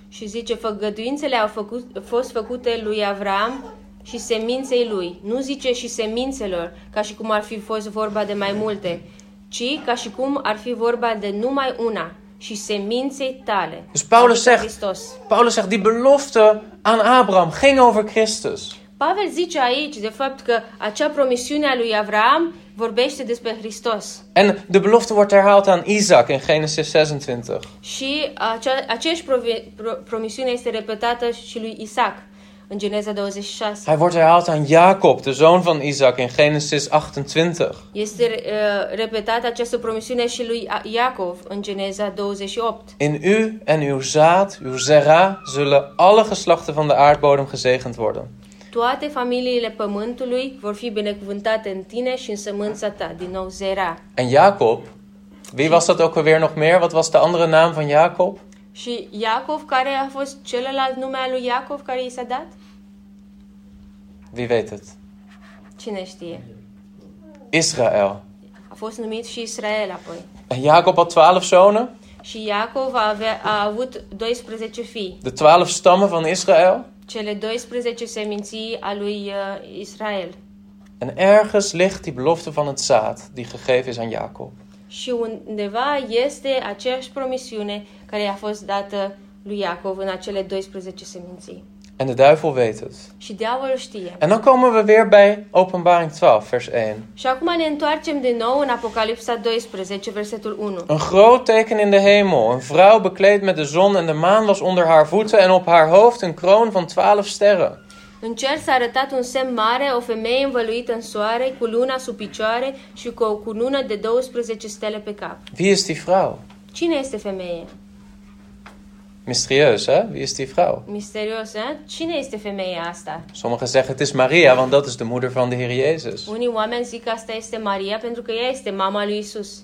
Speaker 2: Și zice, făgăduințele au făcut, fost făcute lui Avram și seminței lui. Nu zice și semințelor, ca și cum ar fi fost vorba de mai multe, ci ca și cum ar fi vorba de numai una și seminței tale.
Speaker 1: Dus Paulus
Speaker 2: adică
Speaker 1: zegt-
Speaker 2: Hristos.
Speaker 1: Paulus zegt: Die belofte aan Abraham ging over Christus.
Speaker 2: Pavel zice aici, de fapt, că acea promisiune a lui Avram vorbește despre Hristos.
Speaker 1: En de belofte wordt herhaald aan Isaac in Genesis 26.
Speaker 2: Și acea, aceeași provi- pro- promisiune este repetată și lui Isaac în Geneza 26.
Speaker 1: Hij wordt herhaald aan Jacob, de zoon van Isaac, in Genesis 28.
Speaker 2: Este uh, repetată această promisiune și lui A- Iacov în Geneza 28.
Speaker 1: In u en uw zaad, uw zera, zullen alle geslachten van de aardbodem gezegend worden.
Speaker 2: Toate familiile pământului vor fi binecuvântate în tine și în sămânța ta, din nou Zera.
Speaker 1: En Jacob, wie was dat ook alweer nog meer? Wat was de andere naam van Jacob?
Speaker 2: Și Iacov, care a fost celălalt nume al lui Iacov care i s-a dat?
Speaker 1: Wie weet het?
Speaker 2: Cine știe?
Speaker 1: Israël.
Speaker 2: A fost numit și Israel apoi.
Speaker 1: En Jacob had twaalf zonen,
Speaker 2: Și Iacov a, avea, a avut 12 fii,
Speaker 1: de twaalf stammen van Israël.
Speaker 2: cele 12 seminții a lui uh, Israel.
Speaker 1: En ergens ligt die belofte van het zaad die gegeven is aan Jacob.
Speaker 2: Și undeva este aceeași promisiune care i-a fost dată lui Iacov în acele 12 seminții.
Speaker 1: En de duivel weet het.
Speaker 2: Și diavolul știe.
Speaker 1: En dan komen we weer bij Openbaring 12, vers 1.
Speaker 2: Și acum ne întoarcem din nou în Apocalipsa 12, versetul 1.
Speaker 1: Een groot teken in de hemel, een vrouw bekleed met de zon en de maan was onder haar voeten en op haar hoofd een kroon van twaalf sterren.
Speaker 2: În cer s-a arătat un semn mare, o femeie învăluită în soare, cu luna sub picioare și cu o cunună de 12 stele pe cap.
Speaker 1: Wie is die vrouw?
Speaker 2: Cine este femeie?
Speaker 1: Mysterieus, hè? Wie is die vrouw?
Speaker 2: Misterios, hè? Cine este femeia asta?
Speaker 1: Sommigen zeggen het is Maria, want dat is de moeder van de Heer Jezus.
Speaker 2: Unii oameni zic că asta este Maria pentru că ea este mama lui Isus.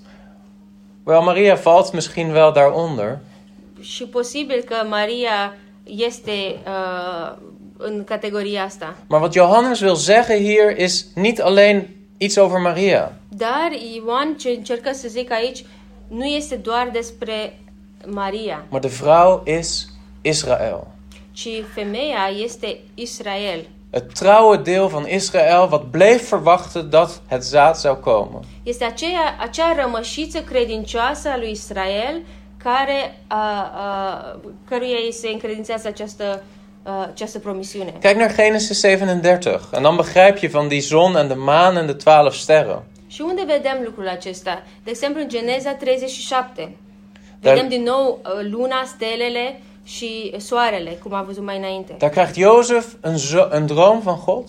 Speaker 1: Wel, Maria valt misschien wel daaronder,
Speaker 2: Și posibil că Maria este uh, în categoria asta.
Speaker 1: maar wat Johannes wil zeggen hier is niet alleen iets over Maria.
Speaker 2: Dar Ioan ce încercă să zic aici nu este doar despre Maria,
Speaker 1: Maar de vrouw is Israël.
Speaker 2: ci femeia este Israel.
Speaker 1: Het trouwe deel van Israël wat bleef verwachten dat het zaad zou komen.
Speaker 2: Este aceea, acea rămășiță credincioasă a lui Israel care, a, a, căruia îi se încredințează această, a, această promisiune.
Speaker 1: Kijk naar Genesis 37 en dan begrijp je van die zon en de maan en de twaalf sterren.
Speaker 2: Și unde vedem lucrul acesta? De exemplu, în Geneza 37.
Speaker 1: Dar-
Speaker 2: Vedem din nou uh, luna, stelele și soarele, cum am văzut mai înainte.
Speaker 1: Daar krijgt Jozef een, zo- een droom van God.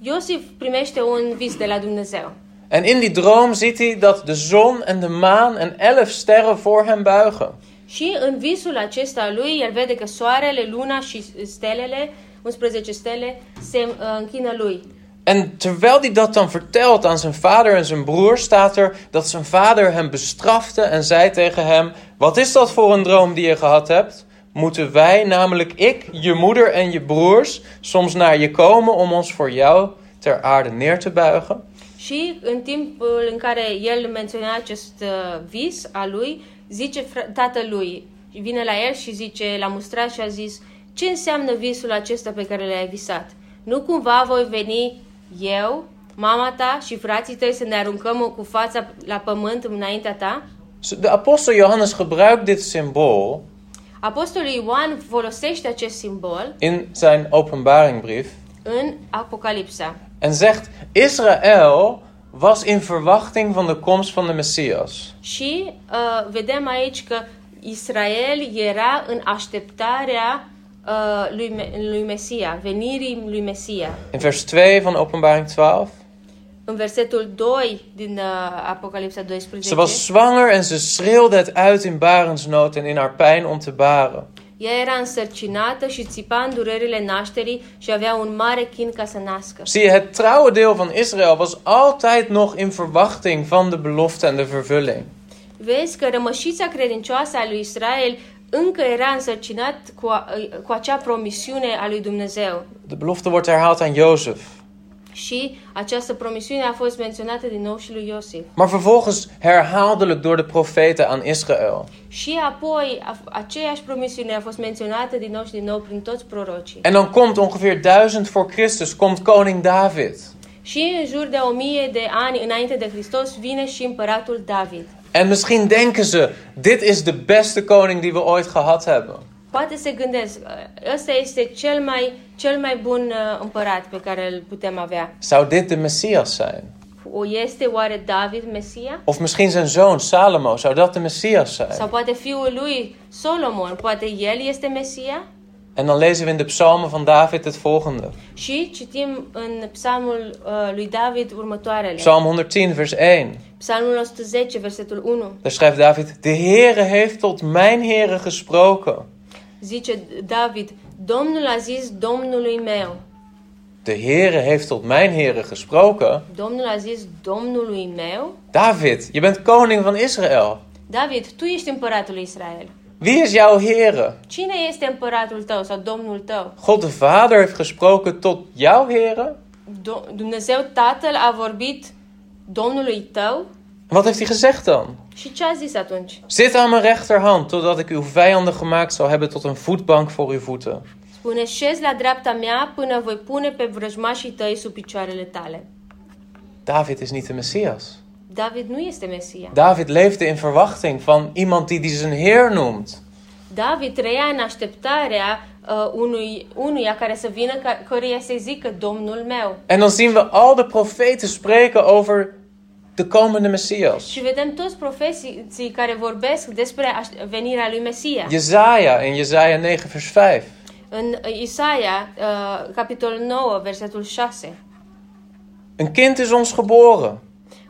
Speaker 2: Iosif primește un vis de la Dumnezeu.
Speaker 1: En in die droom ziet hij dat de zon en de maan en elf sterren voor hem buigen.
Speaker 2: Și în visul acesta lui, el vede că soarele, luna și stelele, 11 stele, se uh, închină lui.
Speaker 1: En terwijl hij dat dan vertelt aan zijn vader en zijn broer, staat er dat zijn vader hem bestrafte en zei tegen hem: Wat is dat voor een droom die je gehad hebt? Moeten wij, namelijk ik, je moeder en je broers, soms naar je komen om ons voor jou ter aarde neer te buigen?
Speaker 2: Și în timpul în care el menționa acest uh, vis al lui, zice fr- tatălui, vine la el și zice, l-a mustrat și a zis, ce înseamnă visul acesta pe care l-ai visat? Nu cumva voi veni eu, mama ta și frații tăi să ne aruncăm cu fața la pământ înaintea ta?
Speaker 1: Zo- De apostel Johannes gebruikt dit symbool
Speaker 2: Apostolul Ioan folosește acest simbol
Speaker 1: in zijn openbaringbrief
Speaker 2: în Apocalipsa
Speaker 1: en zegt: Israël was in verwachting van de komst van de Messias.
Speaker 2: și uh, vedem aici că Israel era în așteptarea uh, lui, Me- lui Mesia, venirii lui Mesia.
Speaker 1: In vers 2 van Openbaring 12.
Speaker 2: În versetul 2 din uh, Apocalipsa 12,
Speaker 1: Ze was zwanger en ze schreeuwde het uit in barensnood en in haar pijn om te baren.
Speaker 2: ea era însărcinată și țipa în durerile nașterii și avea un mare chin ca să nască.
Speaker 1: Zie je, het trouwe deel van Israël was altijd nog in verwachting van de belofte en de vervulling.
Speaker 2: Vezi că rămășița credincioasă a lui Israel încă era însărcinat cu, a, uh, cu acea promisiune a lui Dumnezeu.
Speaker 1: De belofte wordt herhaald aan Jozef.
Speaker 2: Și această promisiune a fost menționată din nou și lui Iosif.
Speaker 1: Maar vervolgens herhaaldelijk door de profeten aan Israël.
Speaker 2: Și apoi a- aceeași promisiune a fost menționată din nou și din nou prin toți prorocii.
Speaker 1: En dan komt ongeveer 1000 voor Christus, komt koning David.
Speaker 2: Și în jur de o mie de ani înainte de Hristos vine și împăratul David.
Speaker 1: En misschien denken ze, dit is de beste koning die we ooit gehad hebben.
Speaker 2: Poate se gândesc, ă, ăsta este cel mai, cel mai bun uh, împărat pe care îl putem avea.
Speaker 1: Zou dit de Messias zijn?
Speaker 2: O este oare David Mesia?
Speaker 1: Of misschien zijn zoon Salomo, zou dat de Messias zijn?
Speaker 2: Sau poate fiul lui Solomon, poate el este Mesia?
Speaker 1: En dan lezen we in de psalmen van David het volgende.
Speaker 2: Și citim în psalmul uh, lui David următoarele.
Speaker 1: Psalm 110, vers 1.
Speaker 2: Psalmul 110, versetul 1,
Speaker 1: Daar schrijft David, de Heere heeft tot mijn Heere gesproken.
Speaker 2: zice David, Domnul a zis Domnului meu,
Speaker 1: De Heere heeft tot mijn Heere gesproken.
Speaker 2: Domnul a zis Domnului meu,
Speaker 1: David, je bent koning van Israël.
Speaker 2: David, tu ești împăratul lui Israel.
Speaker 1: Wie is jouw Heere?
Speaker 2: Cine este împăratul tău sau Domnul tău?
Speaker 1: God de Vader heeft gesproken tot jouw Heere?
Speaker 2: Do- Dumnezeu Tatăl a vorbit Domnului tău?
Speaker 1: Wat heeft hij gezegd dan?
Speaker 2: Și ce a zis atunci?
Speaker 1: Zit aan mijn rechterhand, totdat ik uw vijanden gemaakt zal hebben tot een voetbank voor uw voeten.
Speaker 2: Spune, șezi la dreapta mea până voi pune pe vrăjmașii tăi sub picioarele tale.
Speaker 1: David is niet de Messias.
Speaker 2: David nu este Mesia.
Speaker 1: David leefde in verwachting van iemand die hij zijn Heer noemt.
Speaker 2: David trăia în așteptarea uh, unui, unuia care să vină, ca, căruia să zică Domnul meu.
Speaker 1: En dan zien we al de profeten spreken over de komende Messias.
Speaker 2: Și vedem toți profeții care vorbesc despre aș- venirea lui Mesia.
Speaker 1: Jezaja in Jezaja 9 vers 5.
Speaker 2: În uh, Isaia, uh, capitolul 9, versetul 6.
Speaker 1: Een kind is ons geboren.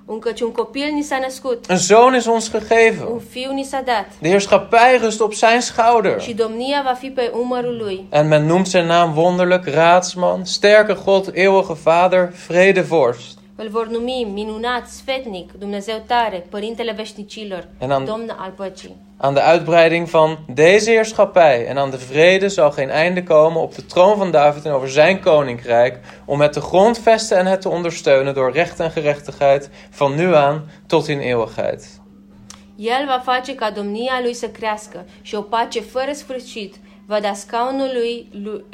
Speaker 2: Încăci un copil ni s-a născut,
Speaker 1: Een zoon is ons gegeven.
Speaker 2: un fiu ni s-a dat
Speaker 1: De heerschappij rust op zijn schouder.
Speaker 2: și domnia va fi pe umărul lui.
Speaker 1: En men noemt zijn naam wonderlijk, raadsman, sterke God, eeuwige vader, vredevorst.
Speaker 2: Îl vor numi minunat, sfetnic, Dumnezeu tare, Părintele veșnicilor,
Speaker 1: En am-
Speaker 2: Domn al păcii.
Speaker 1: Aan de uitbreiding van deze heerschappij en aan de vrede zal geen einde komen op de troon van David en over zijn koninkrijk, om het te grondvesten en het te ondersteunen door recht en gerechtigheid van nu aan tot in eeuwigheid.
Speaker 2: El va face ca domnia lui să crească și o pace fără sfârșit va da scaunul lui, lui,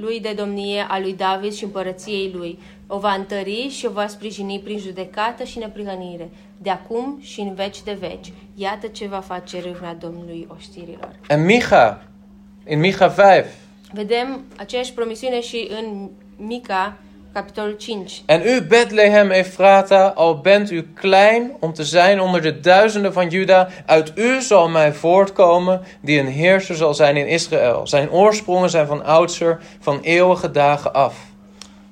Speaker 2: lui de domnie a lui David și împărăției lui. O va întări și o va sprijini prin judecată și neprihănire, de acum și în veci de veci. Iată ce va face râvna Domnului oștirilor.
Speaker 1: En Micha, in Micha 5.
Speaker 2: Vedem aceeași promisiune și în Mica, capitolul 5.
Speaker 1: En u, Bethlehem Efrata, al bent u klein om te zijn onder de duizenden van Juda, uit u zal mij voortkomen die een heerser zal zijn in Israël. Zijn oorsprongen zijn van oudser, van eeuwige dagen af.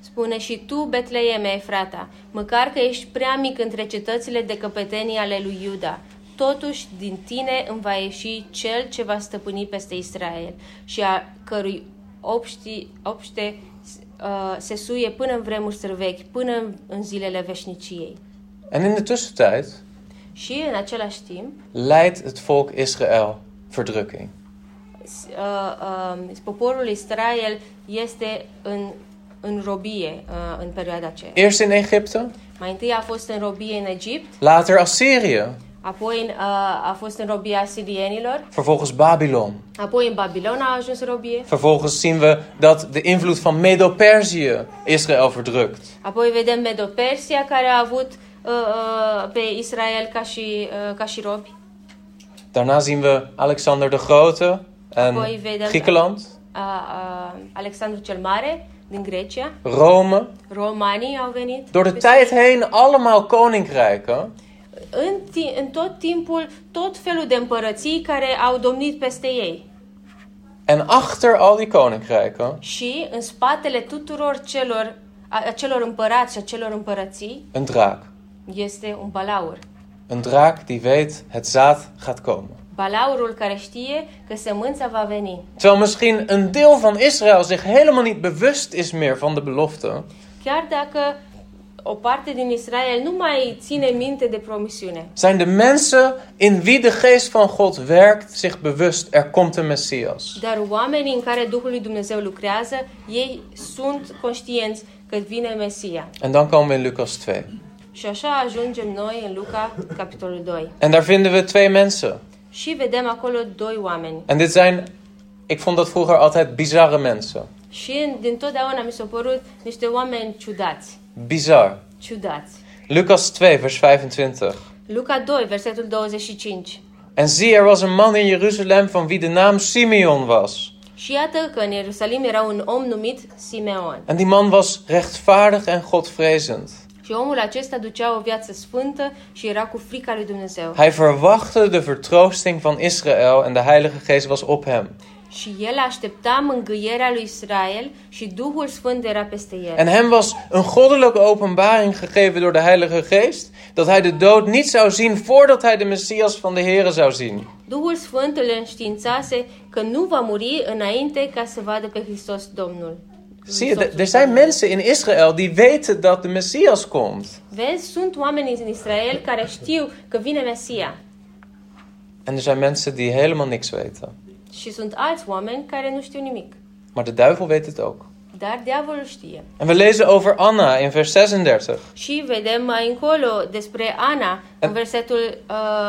Speaker 2: Spune și tu, Betleeme, frata, măcar că ești prea mic între cetățile de căpetenii ale lui Iuda, totuși din tine îmi va ieși cel ce va stăpâni peste Israel și a cărui obști, obște uh, se suie până în vremuri străvechi, până în- în zilele veșniciei.
Speaker 1: En in de tussentijd
Speaker 2: Și în același timp,
Speaker 1: leidt het volk Israël verdrukking.
Speaker 2: s- uh, uh, poporul Israel este în, în robie uh, în perioada aceea.
Speaker 1: Eerst in Egypte,
Speaker 2: Mai întâi a fost în robie în Egipt,
Speaker 1: later Assyrië,
Speaker 2: Apoi uh, a fost în robia sirienilor,
Speaker 1: vervolgens Babylon.
Speaker 2: apoi în Babilon a ajuns în robie,
Speaker 1: Vervolgens zien we dat de invloed van Medo-Perzië Israël verdrukt.
Speaker 2: apoi vedem Medo-Persia care a avut uh, uh, pe Israel ca și, uh, ca și robi,
Speaker 1: Daarna zien we Alexander de Grote
Speaker 2: Apoi
Speaker 1: en
Speaker 2: Vedanta.
Speaker 1: Griekenland.
Speaker 2: uh, uh, Alexandru cel Mare din Grecia,
Speaker 1: Rome.
Speaker 2: romanii au venit.
Speaker 1: Door de tijd heen allemaal koninkrijken.
Speaker 2: În, ti- în tot timpul, tot felul de împărății care au domnit peste ei.
Speaker 1: En achter al die koninkrijken
Speaker 2: Și în spatele tuturor celor, a, acelor împărați și acelor împărății
Speaker 1: een draak.
Speaker 2: este un balaur.
Speaker 1: Een draak die weet het zaad gaat komen.
Speaker 2: Balaurul care știe că sămânța va veni.
Speaker 1: Terwijl misschien een deel van Israël zich helemaal niet bewust is meer van de belofte.
Speaker 2: Chiar dacă o parte din Israel nu mai ține minte de promisiune,
Speaker 1: Zijn de mensen in wie de geest van God werkt zich bewust. Er komt een Messias.
Speaker 2: dar oamenii în care Duhul lui Dumnezeu lucrează, ei sunt conștienți că vine Mesia.
Speaker 1: En dan komen we in Lucas 2.
Speaker 2: Și așa ajungem noi în Luca, capitolul 2.
Speaker 1: En daar vinden we twee mensen.
Speaker 2: Și vedem acolo doi oameni.
Speaker 1: En dit zijn, ik vond dat vroeger altijd bizarre mensen.
Speaker 2: Și în- din totdeauna mi s-au părut niște oameni ciudați.
Speaker 1: Bizar.
Speaker 2: Ciudați.
Speaker 1: Lucas 2, vers 25.
Speaker 2: Luca 2, versetul 25.
Speaker 1: En zie, er was een man in Jeruzalem van wie de naam Simeon was.
Speaker 2: Și iată că în Ierusalim era un om numit Simeon.
Speaker 1: En die man was rechtvaardig en godvrezend.
Speaker 2: Și omul acesta ducea o viață sfântă și era cu frica lui Dumnezeu.
Speaker 1: Hij verwachtte de vertroosting van Israël en de Heilige Geest was op hem.
Speaker 2: Și el aștepta mângâierea lui Israel și Duhul Sfânt era peste el.
Speaker 1: En hem was een goddelijke openbaring gegeven door de Heilige Geest dat hij de dood niet zou zien voordat hij de Messias van de Here zou zien.
Speaker 2: Duhul Sfânt îl înștiințase că nu va muri înainte ca să vadă pe Hristos Domnul.
Speaker 1: Zie je, er- er zijn mensen in Israël die weten dat de Messias komt.
Speaker 2: Vezi, sunt oameni din Israel care știu că vine Mesia.
Speaker 1: En er zijn mensen die helemaal niks weten.
Speaker 2: Și sunt alți oameni care nu știu nimic.
Speaker 1: Maar de duivel weet het ook.
Speaker 2: Dar diavolul știe.
Speaker 1: En we lezen over Anna in vers 36.
Speaker 2: Și vedem mai încolo despre Ana, în versetul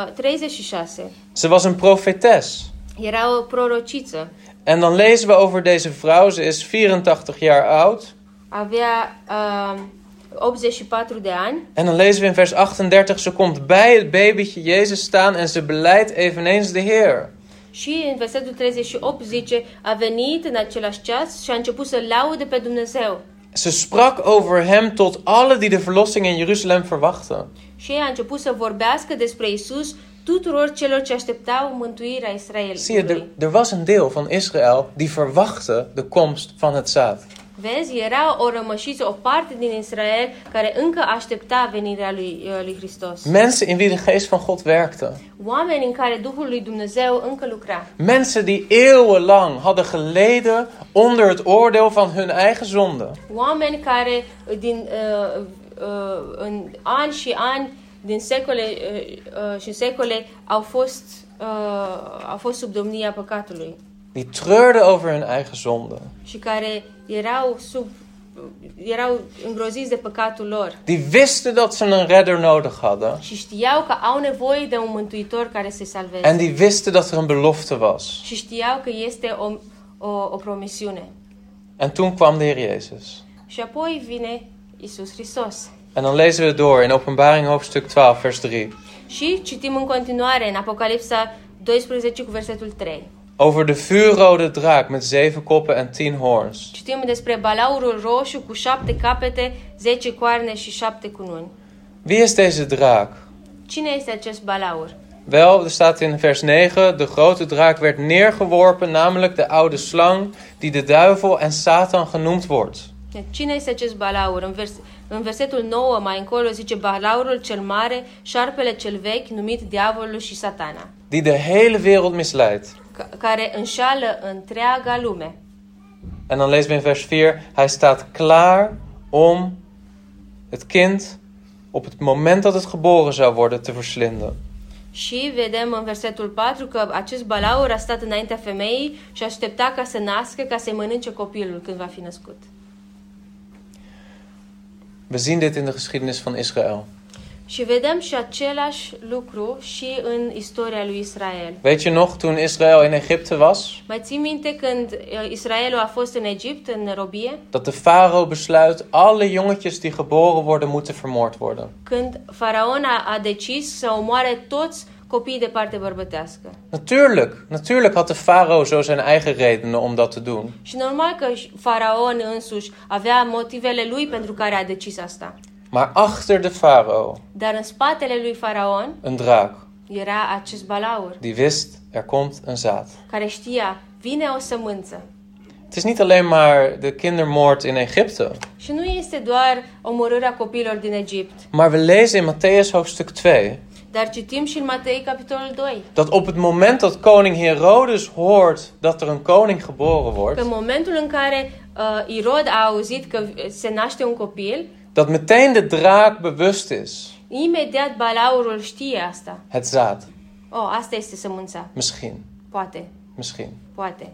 Speaker 2: uh, 36.
Speaker 1: Ze was een profetes.
Speaker 2: Era o prorociță.
Speaker 1: En dan lezen we over deze vrouw. Ze is 84 jaar oud.
Speaker 2: avea uh, 84 de ani
Speaker 1: En dan lezen we in vers 38. Ze komt bij het babytje Jezus staan en ze beleidt eveneens de Heer.
Speaker 2: și în versetul 38 zice a venit în același ceas și a început să laude pe Dumnezeu
Speaker 1: Ze sprak over hem tot alle die de verlossing in Jeruzalem verwachten.
Speaker 2: și a început să vorbească despre Isus tuturor celor ce așteptau mântuirea
Speaker 1: Zie je,
Speaker 2: Israelului.
Speaker 1: er, er was een deel van Israël die verwachtte de komst van het zaad.
Speaker 2: Vezi, era o rămășiță, o parte din Israel care încă aștepta venirea lui, eh, lui Hristos.
Speaker 1: Mensen in wie de geest van God werkte.
Speaker 2: Oameni în care Duhul lui Dumnezeu încă lucra.
Speaker 1: Mensen die eeuwenlang hadden geleden onder het oordeel van hun eigen zonde.
Speaker 2: Oameni care din uh, uh, în ani și ani, din secole uh, uh, și secole au fost uh, au fost sub domnia păcatului
Speaker 1: Die treurden over hun eigen zonde.
Speaker 2: și care erau sub uh, erau îngroziți de păcatul lor
Speaker 1: Die wisten dat ze een redder nodig hadden.
Speaker 2: și știau că au nevoie de un mântuitor care să-i salveze
Speaker 1: En die wisten dat er een belofte was.
Speaker 2: și știau că este o, o, o promisiune.
Speaker 1: En toen kwam de Heer Jezus.
Speaker 2: Și apoi vine Isus Hristos.
Speaker 1: En dan lezen we door in Openbaring hoofdstuk 12, vers 3.
Speaker 2: Și citim în continuare în Apocalipsa 12 cu versetul 3.
Speaker 1: Over de vuurrode draak met zeven koppen en tien hoorns.
Speaker 2: Citim despre balaurul roșu cu șapte capete, zece coarne și șapte cununi.
Speaker 1: Wie is deze draak?
Speaker 2: Cine este acest balaur?
Speaker 1: Wel, er staat in vers 9: De grote draak werd neergeworpen, namelijk de oude slang, die de duivel en Satan genoemd wordt.
Speaker 2: Deci, Cine este acest balaur? În, vers- în versetul 9 mai încolo zice balaurul cel mare, șarpele cel vechi, numit diavolul și satana,
Speaker 1: Die de hele wereld misleidt.
Speaker 2: ca- care înșală întreaga lume.
Speaker 1: En dan lezen we in vers 4: Hij staat klaar om het kind op het moment dat het geboren zou worden te verslinden.
Speaker 2: Și vedem în versetul 4 că acest balaur a stat înaintea femeii și aștepta ca să nască, ca să-i mănânce copilul când va fi născut.
Speaker 1: We zien dit in de geschiedenis van Israël.
Speaker 2: Și vedem și același lucru și în istoria lui Israel.
Speaker 1: Weet je nog toen Israël in Egypte was?
Speaker 2: Mai ții minte când uh, Israelul a fost în Egipt, în robie?
Speaker 1: Dat de farao besluit alle jongetjes die geboren worden moeten vermoord worden.
Speaker 2: Când faraon a, a decis să omoare toți copiii de parte bărbătească.
Speaker 1: Natuurlijk, natuurlijk had de farao zo zijn eigen redenen om dat te doen.
Speaker 2: Și normal că și faraon însuși avea motivele lui pentru care a decis asta.
Speaker 1: Maar achter de farao
Speaker 2: Dar în spatele lui faraon
Speaker 1: een draak
Speaker 2: era acest balaur
Speaker 1: die wist er komt een zaad.
Speaker 2: care știa, vine o sămânță.
Speaker 1: Het is niet alleen maar de kindermoord in Egypte,
Speaker 2: Și nu este doar omorârea copiilor din Egipt,
Speaker 1: maar we lezen in Matthäus hoofdstuk 2
Speaker 2: dar citim și în Matei capitolul 2.
Speaker 1: dat op het moment dat koning Herodes hoort dat er een koning geboren
Speaker 2: Că
Speaker 1: wordt,
Speaker 2: în momentul în care uh, Irod a auzit că se naște un copil,
Speaker 1: dat meteen de draak bewust is.
Speaker 2: imediat balaurul știe asta.
Speaker 1: Het zaad,
Speaker 2: Oh, asta este sămânța.
Speaker 1: misschien,
Speaker 2: Poate,
Speaker 1: misschien.
Speaker 2: poate.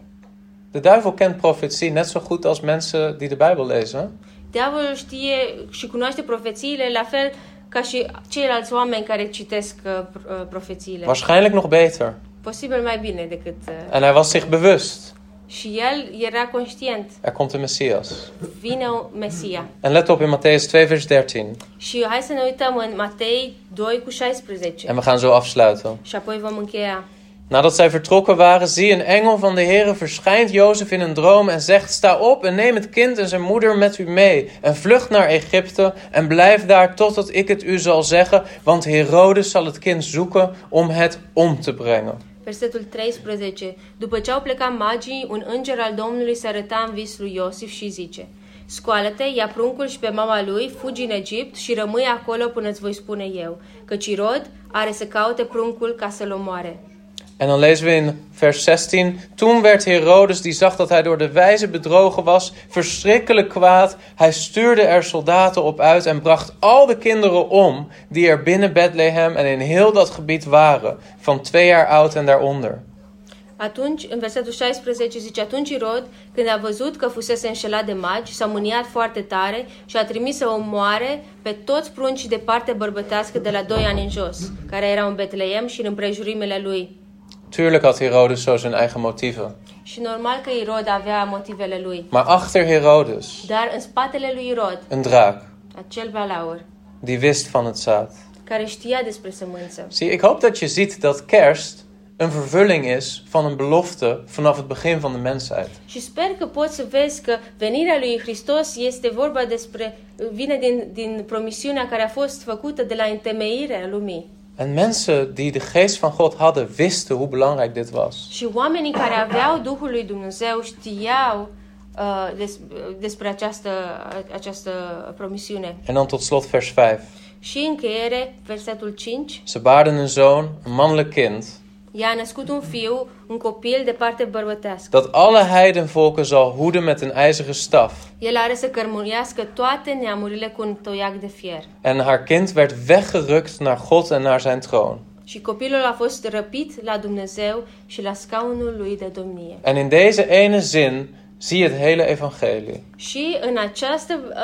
Speaker 1: De duivel kent profetie net zo goed als mensen die de Bijbel lezen.
Speaker 2: Diavolul știe și cunoaște profețiile la fel ca și ceilalți oameni care citesc uh, pro- uh, profețiile.
Speaker 1: Waarschijnlijk nog beter.
Speaker 2: Posibil mai bine decât... Uh,
Speaker 1: En hij was zich bewust.
Speaker 2: și el era conștient.
Speaker 1: Er komt een Messias.
Speaker 2: Vine o Mesia.
Speaker 1: En let op in Matthäus 2, vers 13.
Speaker 2: Și hai să ne uităm în Matei 2 cu 16.
Speaker 1: En we gaan zo afsluiten.
Speaker 2: Și apoi vom încheia.
Speaker 1: Nadat zij vertrokken waren, zie een engel van de Heere verschijnt Jozef in een droom en zegt: Sta op en neem het kind en zijn moeder met u mee en vlucht naar Egypte en blijf daar totdat ik het u zal zeggen, want Herodes zal het kind zoeken om het om te brengen.
Speaker 2: Versetul 13. După ce au plecat magii, un înger al Domnului se arăta în vis lui Iosif și zice Scoală-te, ia pruncul și pe mama lui, fugi în Egipt și rămâi acolo până îți voi spune eu, căci Irod are să caute pruncul ca să-l omoare.
Speaker 1: En dan lezen we in vers 16: Toen werd Herodes, die zag dat hij door de wijze bedrogen was, verschrikkelijk kwaad. Hij stuurde er soldaten op uit en bracht al de kinderen om die er binnen Bethlehem en in heel dat gebied waren, van twee jaar oud en daaronder.
Speaker 2: Atunci, în versetul 16 zice, atunci Irod, când a văzut că fusese înșelat de magi, s-a mâniat foarte tare și a trimis să omoare pe toți pruncii de parte bărbătească de la 2 ani în jos, care erau în Betleem și în împrejurimile lui.
Speaker 1: Tuurlijk had Herodes zo zijn eigen motieven.
Speaker 2: Și normal că Irod avea motivele lui.
Speaker 1: Maar achter Herodes,
Speaker 2: Dar în spatele lui Irod,
Speaker 1: een draak,
Speaker 2: acel balaur,
Speaker 1: die wist van het zaad.
Speaker 2: care știa despre sămânță.
Speaker 1: Zie, ik hoop dat je ziet dat kerst een vervulling is van een belofte vanaf het begin van de mensheid.
Speaker 2: Și sper că poți să vezi că venirea lui Hristos este vorba despre, vine din, din promisiunea care a fost făcută de la întemeirea lumii.
Speaker 1: En mensen die de geest van God hadden, wisten hoe belangrijk dit was.
Speaker 2: Și oamenii care aveau Duhul lui Dumnezeu știau uh, uh, des- despre această, această promisiune.
Speaker 1: En dan tot slot vers 5.
Speaker 2: Și încheiere, versetul 5,
Speaker 1: Ze baarden een zoon, een mannelijk kind,
Speaker 2: ea a născut un fiu, un copil de parte bărbătească.
Speaker 1: dat alle heidenvolken zal hoeden met een ijzeren staf.
Speaker 2: El are să cărmurească toate neamurile cu un toiac de fier.
Speaker 1: En haar kind werd weggerukt naar God en naar zijn troon.
Speaker 2: Și copilul a fost răpit la Dumnezeu și la scaunul lui de domnie.
Speaker 1: En in deze ene zin zie je het hele evangelie.
Speaker 2: Și în această uh,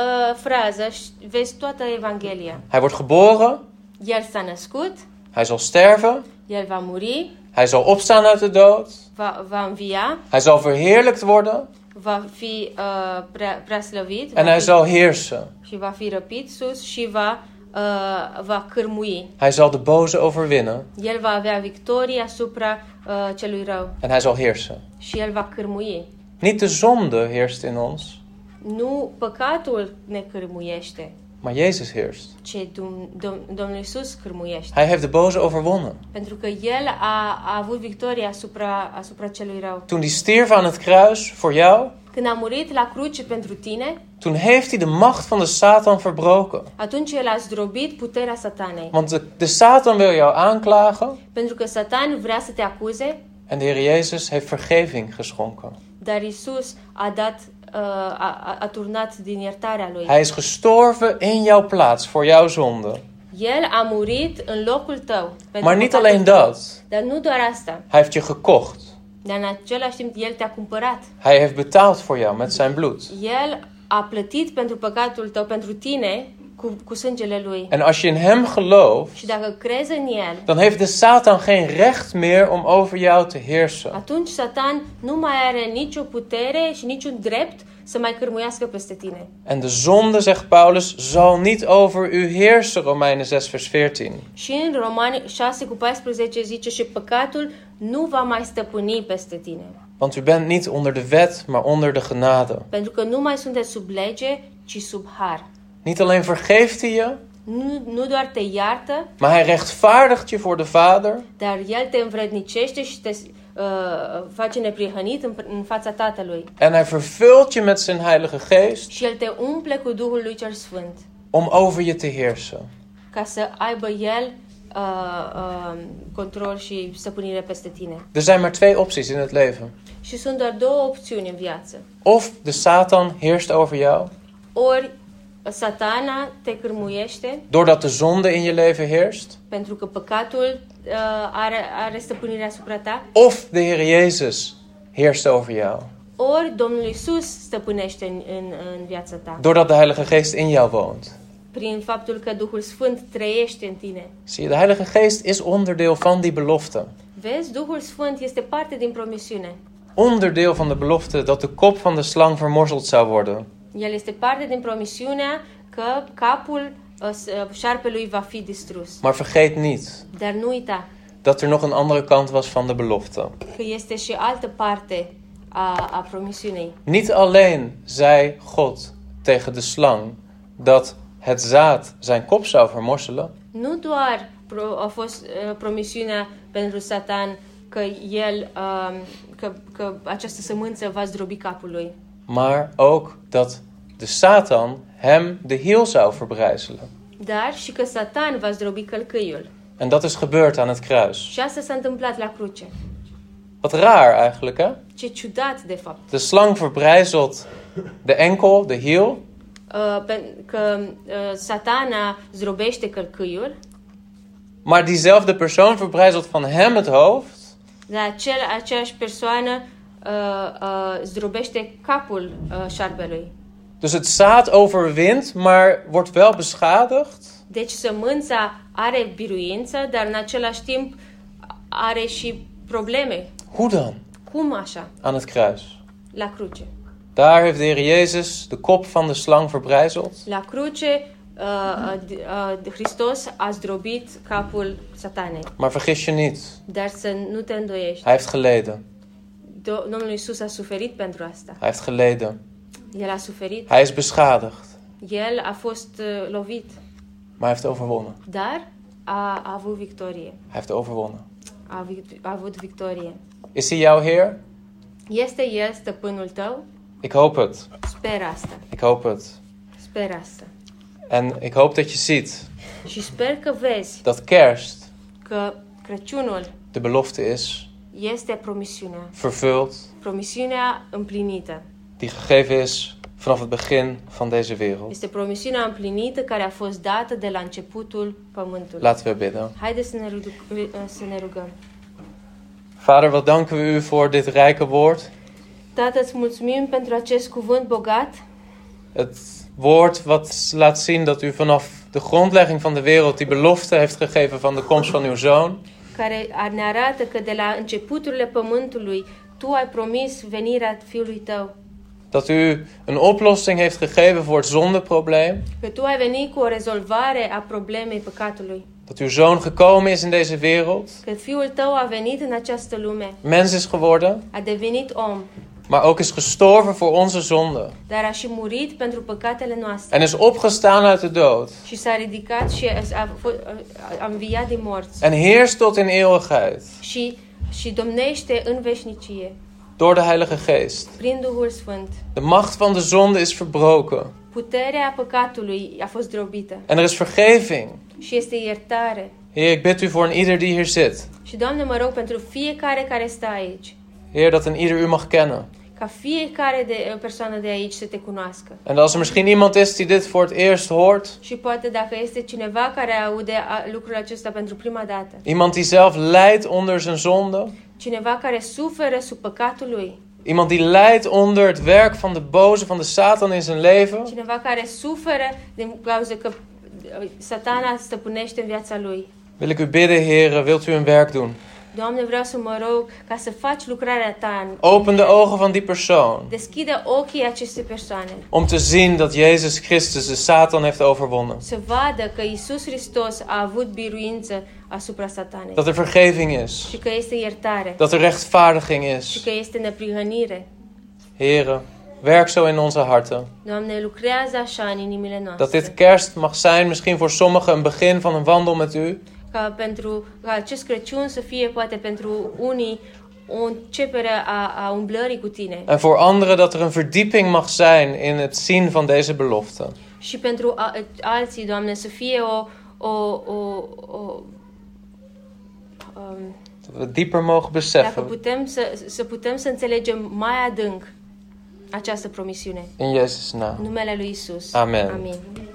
Speaker 2: frază ș- vezi toată Evanghelia.
Speaker 1: Hij wordt geboren,
Speaker 2: El s-a născut,
Speaker 1: hij zal sterven,
Speaker 2: el va muri,
Speaker 1: hij zal opstaan uit de dood,
Speaker 2: va, va învia,
Speaker 1: hij zal verheerlijkt worden
Speaker 2: va fi uh, prea, prea slăvit
Speaker 1: en
Speaker 2: va
Speaker 1: hij
Speaker 2: fi,
Speaker 1: zal heersen.
Speaker 2: și va fi răpit sus și va, uh, va cârmui.
Speaker 1: Hij zal de boze overwinnen
Speaker 2: El va avea victorie asupra uh, celui rău
Speaker 1: en hij zal heersen.
Speaker 2: și el va cârmui.
Speaker 1: Niet de zonde heerst in ons,
Speaker 2: Nu păcatul ne cârmuiește,
Speaker 1: maar Jezus heerst.
Speaker 2: ce Dum- Dom- Domnul Iisus cârmuiește.
Speaker 1: Hij heeft de boze overwonnen.
Speaker 2: Pentru că El a, a avut victorie asupra, asupra celui rău.
Speaker 1: Toen hij stierf aan het kruis voor jou,
Speaker 2: Când a murit la cruce pentru tine,
Speaker 1: toen heeft hij de macht van de Satan verbroken.
Speaker 2: atunci El a zdrobit puterea satanei.
Speaker 1: Want de, de Satan wil jou aanklagen
Speaker 2: Pentru că satan vrea să te acuze,
Speaker 1: en de Heer Jezus heeft vergeving geschonken.
Speaker 2: dar Iisus a dat, uh, a, a, a turnat din iertarea Lui.
Speaker 1: Hij is gestorven in jouw plaats voor jouw zonde.
Speaker 2: El a murit în locul tău. pentru
Speaker 1: Maar niet
Speaker 2: păcatul
Speaker 1: alleen
Speaker 2: tău.
Speaker 1: dat,
Speaker 2: Dar nu doar asta.
Speaker 1: hij heeft je gekocht.
Speaker 2: Dar în același timp El te-a cumpărat.
Speaker 1: Hij heeft betaald voor jou met zijn bloed.
Speaker 2: El a plătit pentru păcatul tău, pentru tine, cu, cu sângele Lui.
Speaker 1: En als je in hem gelooft,
Speaker 2: Și dacă crezi în El,
Speaker 1: dan heeft de Satan geen recht meer om over jou te heersen.
Speaker 2: atunci Satan nu mai are nicio putere și niciun drept să mai cârmuiască peste tine.
Speaker 1: En de zonde, zegt Paulus, zal niet over u heersen, Romeinen 6, vers 14.
Speaker 2: Și în Romani 6 cu 14 zice și păcatul nu va mai stăpâni peste tine,
Speaker 1: Want u bent niet onder de wet, maar onder de genade.
Speaker 2: pentru că nu mai sunteți sub lege, ci sub har.
Speaker 1: Niet alleen vergeeft hij je,
Speaker 2: Nu, nu doar te iartă,
Speaker 1: maar hij rechtvaardigt je voor de Vader.
Speaker 2: dar El te învrednicește și te uh, face neprihănit în, în fața Tatălui.
Speaker 1: En hij vervult je met zijn Heilige Geest
Speaker 2: Și El te umple cu Duhul lui cel Sfânt,
Speaker 1: om over je te heersen.
Speaker 2: ca să aibă El uh, uh, control și stăpânire peste tine.
Speaker 1: Er zijn maar twee opties in het leven.
Speaker 2: Și sunt doar două opțiuni în viață.
Speaker 1: Of de Satan heerst over jou,
Speaker 2: Ori satana te cârmuiește
Speaker 1: doordat de zonde in je leven heerst.
Speaker 2: pentru că păcatul uh, are, are stăpânirea asupra ta,
Speaker 1: Of de Heer Jezus heerst over jou,
Speaker 2: ori Domnul Isus stăpânește în, în, în viața ta.
Speaker 1: doordat de Heilige Geest in jou woont.
Speaker 2: Prin faptul că Duhul Sfânt trăiește în tine.
Speaker 1: Zie je, de Heilige Geest is onderdeel van die belofte.
Speaker 2: Vezi, Duhul Sfânt este parte din promisiune.
Speaker 1: Onderdeel van de belofte dat de kop van de slang vermorzeld zou worden.
Speaker 2: El este parte din promisiunea că capul uh, s- uh, șarpelui va fi distrus.
Speaker 1: Maar vergeet niet
Speaker 2: Dar nu uita
Speaker 1: dat er nog een andere kant was van de belofte.
Speaker 2: că este și altă parte a, a promisiunei.
Speaker 1: Niet alleen zei God tegen de slang dat het zaad zijn kop zou vermorselen,
Speaker 2: Nu doar pro- a fost uh, promisiunea pentru Satan că el um, că, că această sămânță va zdrobi capul lui,
Speaker 1: maar ook dat de Satan hem de hiel zou verbrijzelen.
Speaker 2: dar și că Satan va zdrobi călcâiul.
Speaker 1: En dat is gebeurd aan het kruis.
Speaker 2: Și asta s-a întâmplat la cruce.
Speaker 1: Wat raar eigenlijk, hè?
Speaker 2: Ce ciudat de fapt.
Speaker 1: De slang verbrijzelt de enkel, de hiel,
Speaker 2: Uh, pen- că uh, Satana zdrobește călcâiul,
Speaker 1: maar diezelfde persoon verbrijzelt van hem het hoofd.
Speaker 2: dar acel, aceeași persoană uh, uh, zdrobește capul uh, șarpelui.
Speaker 1: Dus het zaad overwint, maar wordt wel beschadigd.
Speaker 2: Deci sămânța are biruință, dar în același timp are și probleme.
Speaker 1: Hoe dan?
Speaker 2: Cum așa?
Speaker 1: Aan het kruis.
Speaker 2: La cruce.
Speaker 1: Daar heeft de Heer Jezus de kop van de slang verbrijzeld.
Speaker 2: La cruce, uh, uh, uh, Hristos a zdrobit capul satanei.
Speaker 1: Maar vergis je niet,
Speaker 2: Dar să nu te îndoiești.
Speaker 1: hij heeft geleden.
Speaker 2: Do- Domnul Isus a suferit pentru asta.
Speaker 1: Hij heeft geleden.
Speaker 2: El a suferit.
Speaker 1: Hij is beschadigd,
Speaker 2: El a fost uh, lovit.
Speaker 1: maar hij heeft overwonnen.
Speaker 2: Dar a, a avut victorie.
Speaker 1: Hij heeft overwonnen.
Speaker 2: A, avut- a avut victorie.
Speaker 1: Is hij jouw Heer?
Speaker 2: Este El stăpânul tău?
Speaker 1: Ik hoop het.
Speaker 2: Sper asta.
Speaker 1: Ik hoop het.
Speaker 2: Sper asta.
Speaker 1: En ik hoop dat je ziet
Speaker 2: Și sper că vezi
Speaker 1: dat kerst
Speaker 2: că Crăciunul
Speaker 1: de belofte is
Speaker 2: este promisiunea.
Speaker 1: vervuld
Speaker 2: Promisiunea împlinită.
Speaker 1: die gegeven is vanaf het begin van deze wereld.
Speaker 2: Este promisiunea împlinită care a fost dată de la începutul pământului.
Speaker 1: Laten we bidden.
Speaker 2: Haideți să ne, rudu- să ne rugăm.
Speaker 1: Vader, wat danken we u voor dit rijke woord.
Speaker 2: Tată, îți mulțumim pentru acest cuvânt bogat,
Speaker 1: Het woord wat laat zien dat u vanaf de grondlegging van de wereld die belofte heeft gegeven van de komst van uw zoon.
Speaker 2: care ar- ne arată că de la începuturile pământului tu ai promis venirea Fiului tău,
Speaker 1: Dat u een oplossing heeft gegeven voor het zondeprobleem.
Speaker 2: că tu ai venit cu o rezolvare a problemei păcatului,
Speaker 1: Dat uw zoon gekomen is in deze wereld.
Speaker 2: că Fiul tău a venit în această lume,
Speaker 1: Mens is geworden,
Speaker 2: a devenit om,
Speaker 1: maar ook is gestorven voor onze zonden.
Speaker 2: dar a și murit pentru păcatele noastre
Speaker 1: En is opgestaan uit de dood.
Speaker 2: și s-a ridicat și a, a, fo- a- a înviat din morți.
Speaker 1: En heerst tot in eeuwigheid.
Speaker 2: și, și domnește în veșnicie,
Speaker 1: Door de Heilige Geest.
Speaker 2: prin Duhul Sfânt.
Speaker 1: De macht van de zonde is verbroken.
Speaker 2: Puterea păcatului a fost drobită
Speaker 1: En er is vergeving.
Speaker 2: și este iertare.
Speaker 1: Heer, ik bid u voor een ieder die hier zit.
Speaker 2: Și, Doamne, mă rog pentru fiecare care stă aici,
Speaker 1: Heer, dat een ieder u mag kennen.
Speaker 2: ca fiecare de, persoană de aici să te cunoască.
Speaker 1: En als er misschien iemand is die dit voor het eerst hoort.
Speaker 2: Și poate dacă este cineva care aude a- lucrul acesta pentru prima dată,
Speaker 1: Iemand die zelf lijdt onder zijn zonde.
Speaker 2: cineva care suferă sub păcatul lui,
Speaker 1: Iemand die lijdt onder het werk van de boze, van de Satan in zijn leven.
Speaker 2: cineva care suferă din cauza că uh, satana stăpânește în viața lui.
Speaker 1: Wil ik u bidden, Heer, wilt u een werk doen?
Speaker 2: Doamne, vreau să mă rog ca să faci lucrarea ta în
Speaker 1: Open de ogen van die persoon.
Speaker 2: Deschide ochii acestei persoane
Speaker 1: Om te zien dat Jezus Christus de Satan heeft overwonnen.
Speaker 2: să vadă că Isus Hristos a avut biruință asupra satanei
Speaker 1: Dat er vergeving is.
Speaker 2: și că este iertare
Speaker 1: Dat er rechtvaardiging
Speaker 2: și
Speaker 1: is.
Speaker 2: că este neprihănire.
Speaker 1: Here, werk zo in onze harten.
Speaker 2: Doamne, lucrează așa în inimile
Speaker 1: Dat
Speaker 2: noastre,
Speaker 1: dit kerst mag zijn, misschien voor sommigen een begin van een wandel met u.
Speaker 2: ca, pentru, ca acest Crăciun să fie poate pentru unii o începere a, a umblării cu tine
Speaker 1: En voor anderen dat er een verdieping mag zijn in het zien van deze belofte.
Speaker 2: și pentru a, alții, Doamne, să fie o, o, o, o um,
Speaker 1: Dat we dieper mogen
Speaker 2: dacă
Speaker 1: beseffen.
Speaker 2: putem să, să putem să înțelegem mai adânc această promisiune.
Speaker 1: In Jezus' naam.
Speaker 2: În numele lui Isus.
Speaker 1: Amen.
Speaker 2: Amin.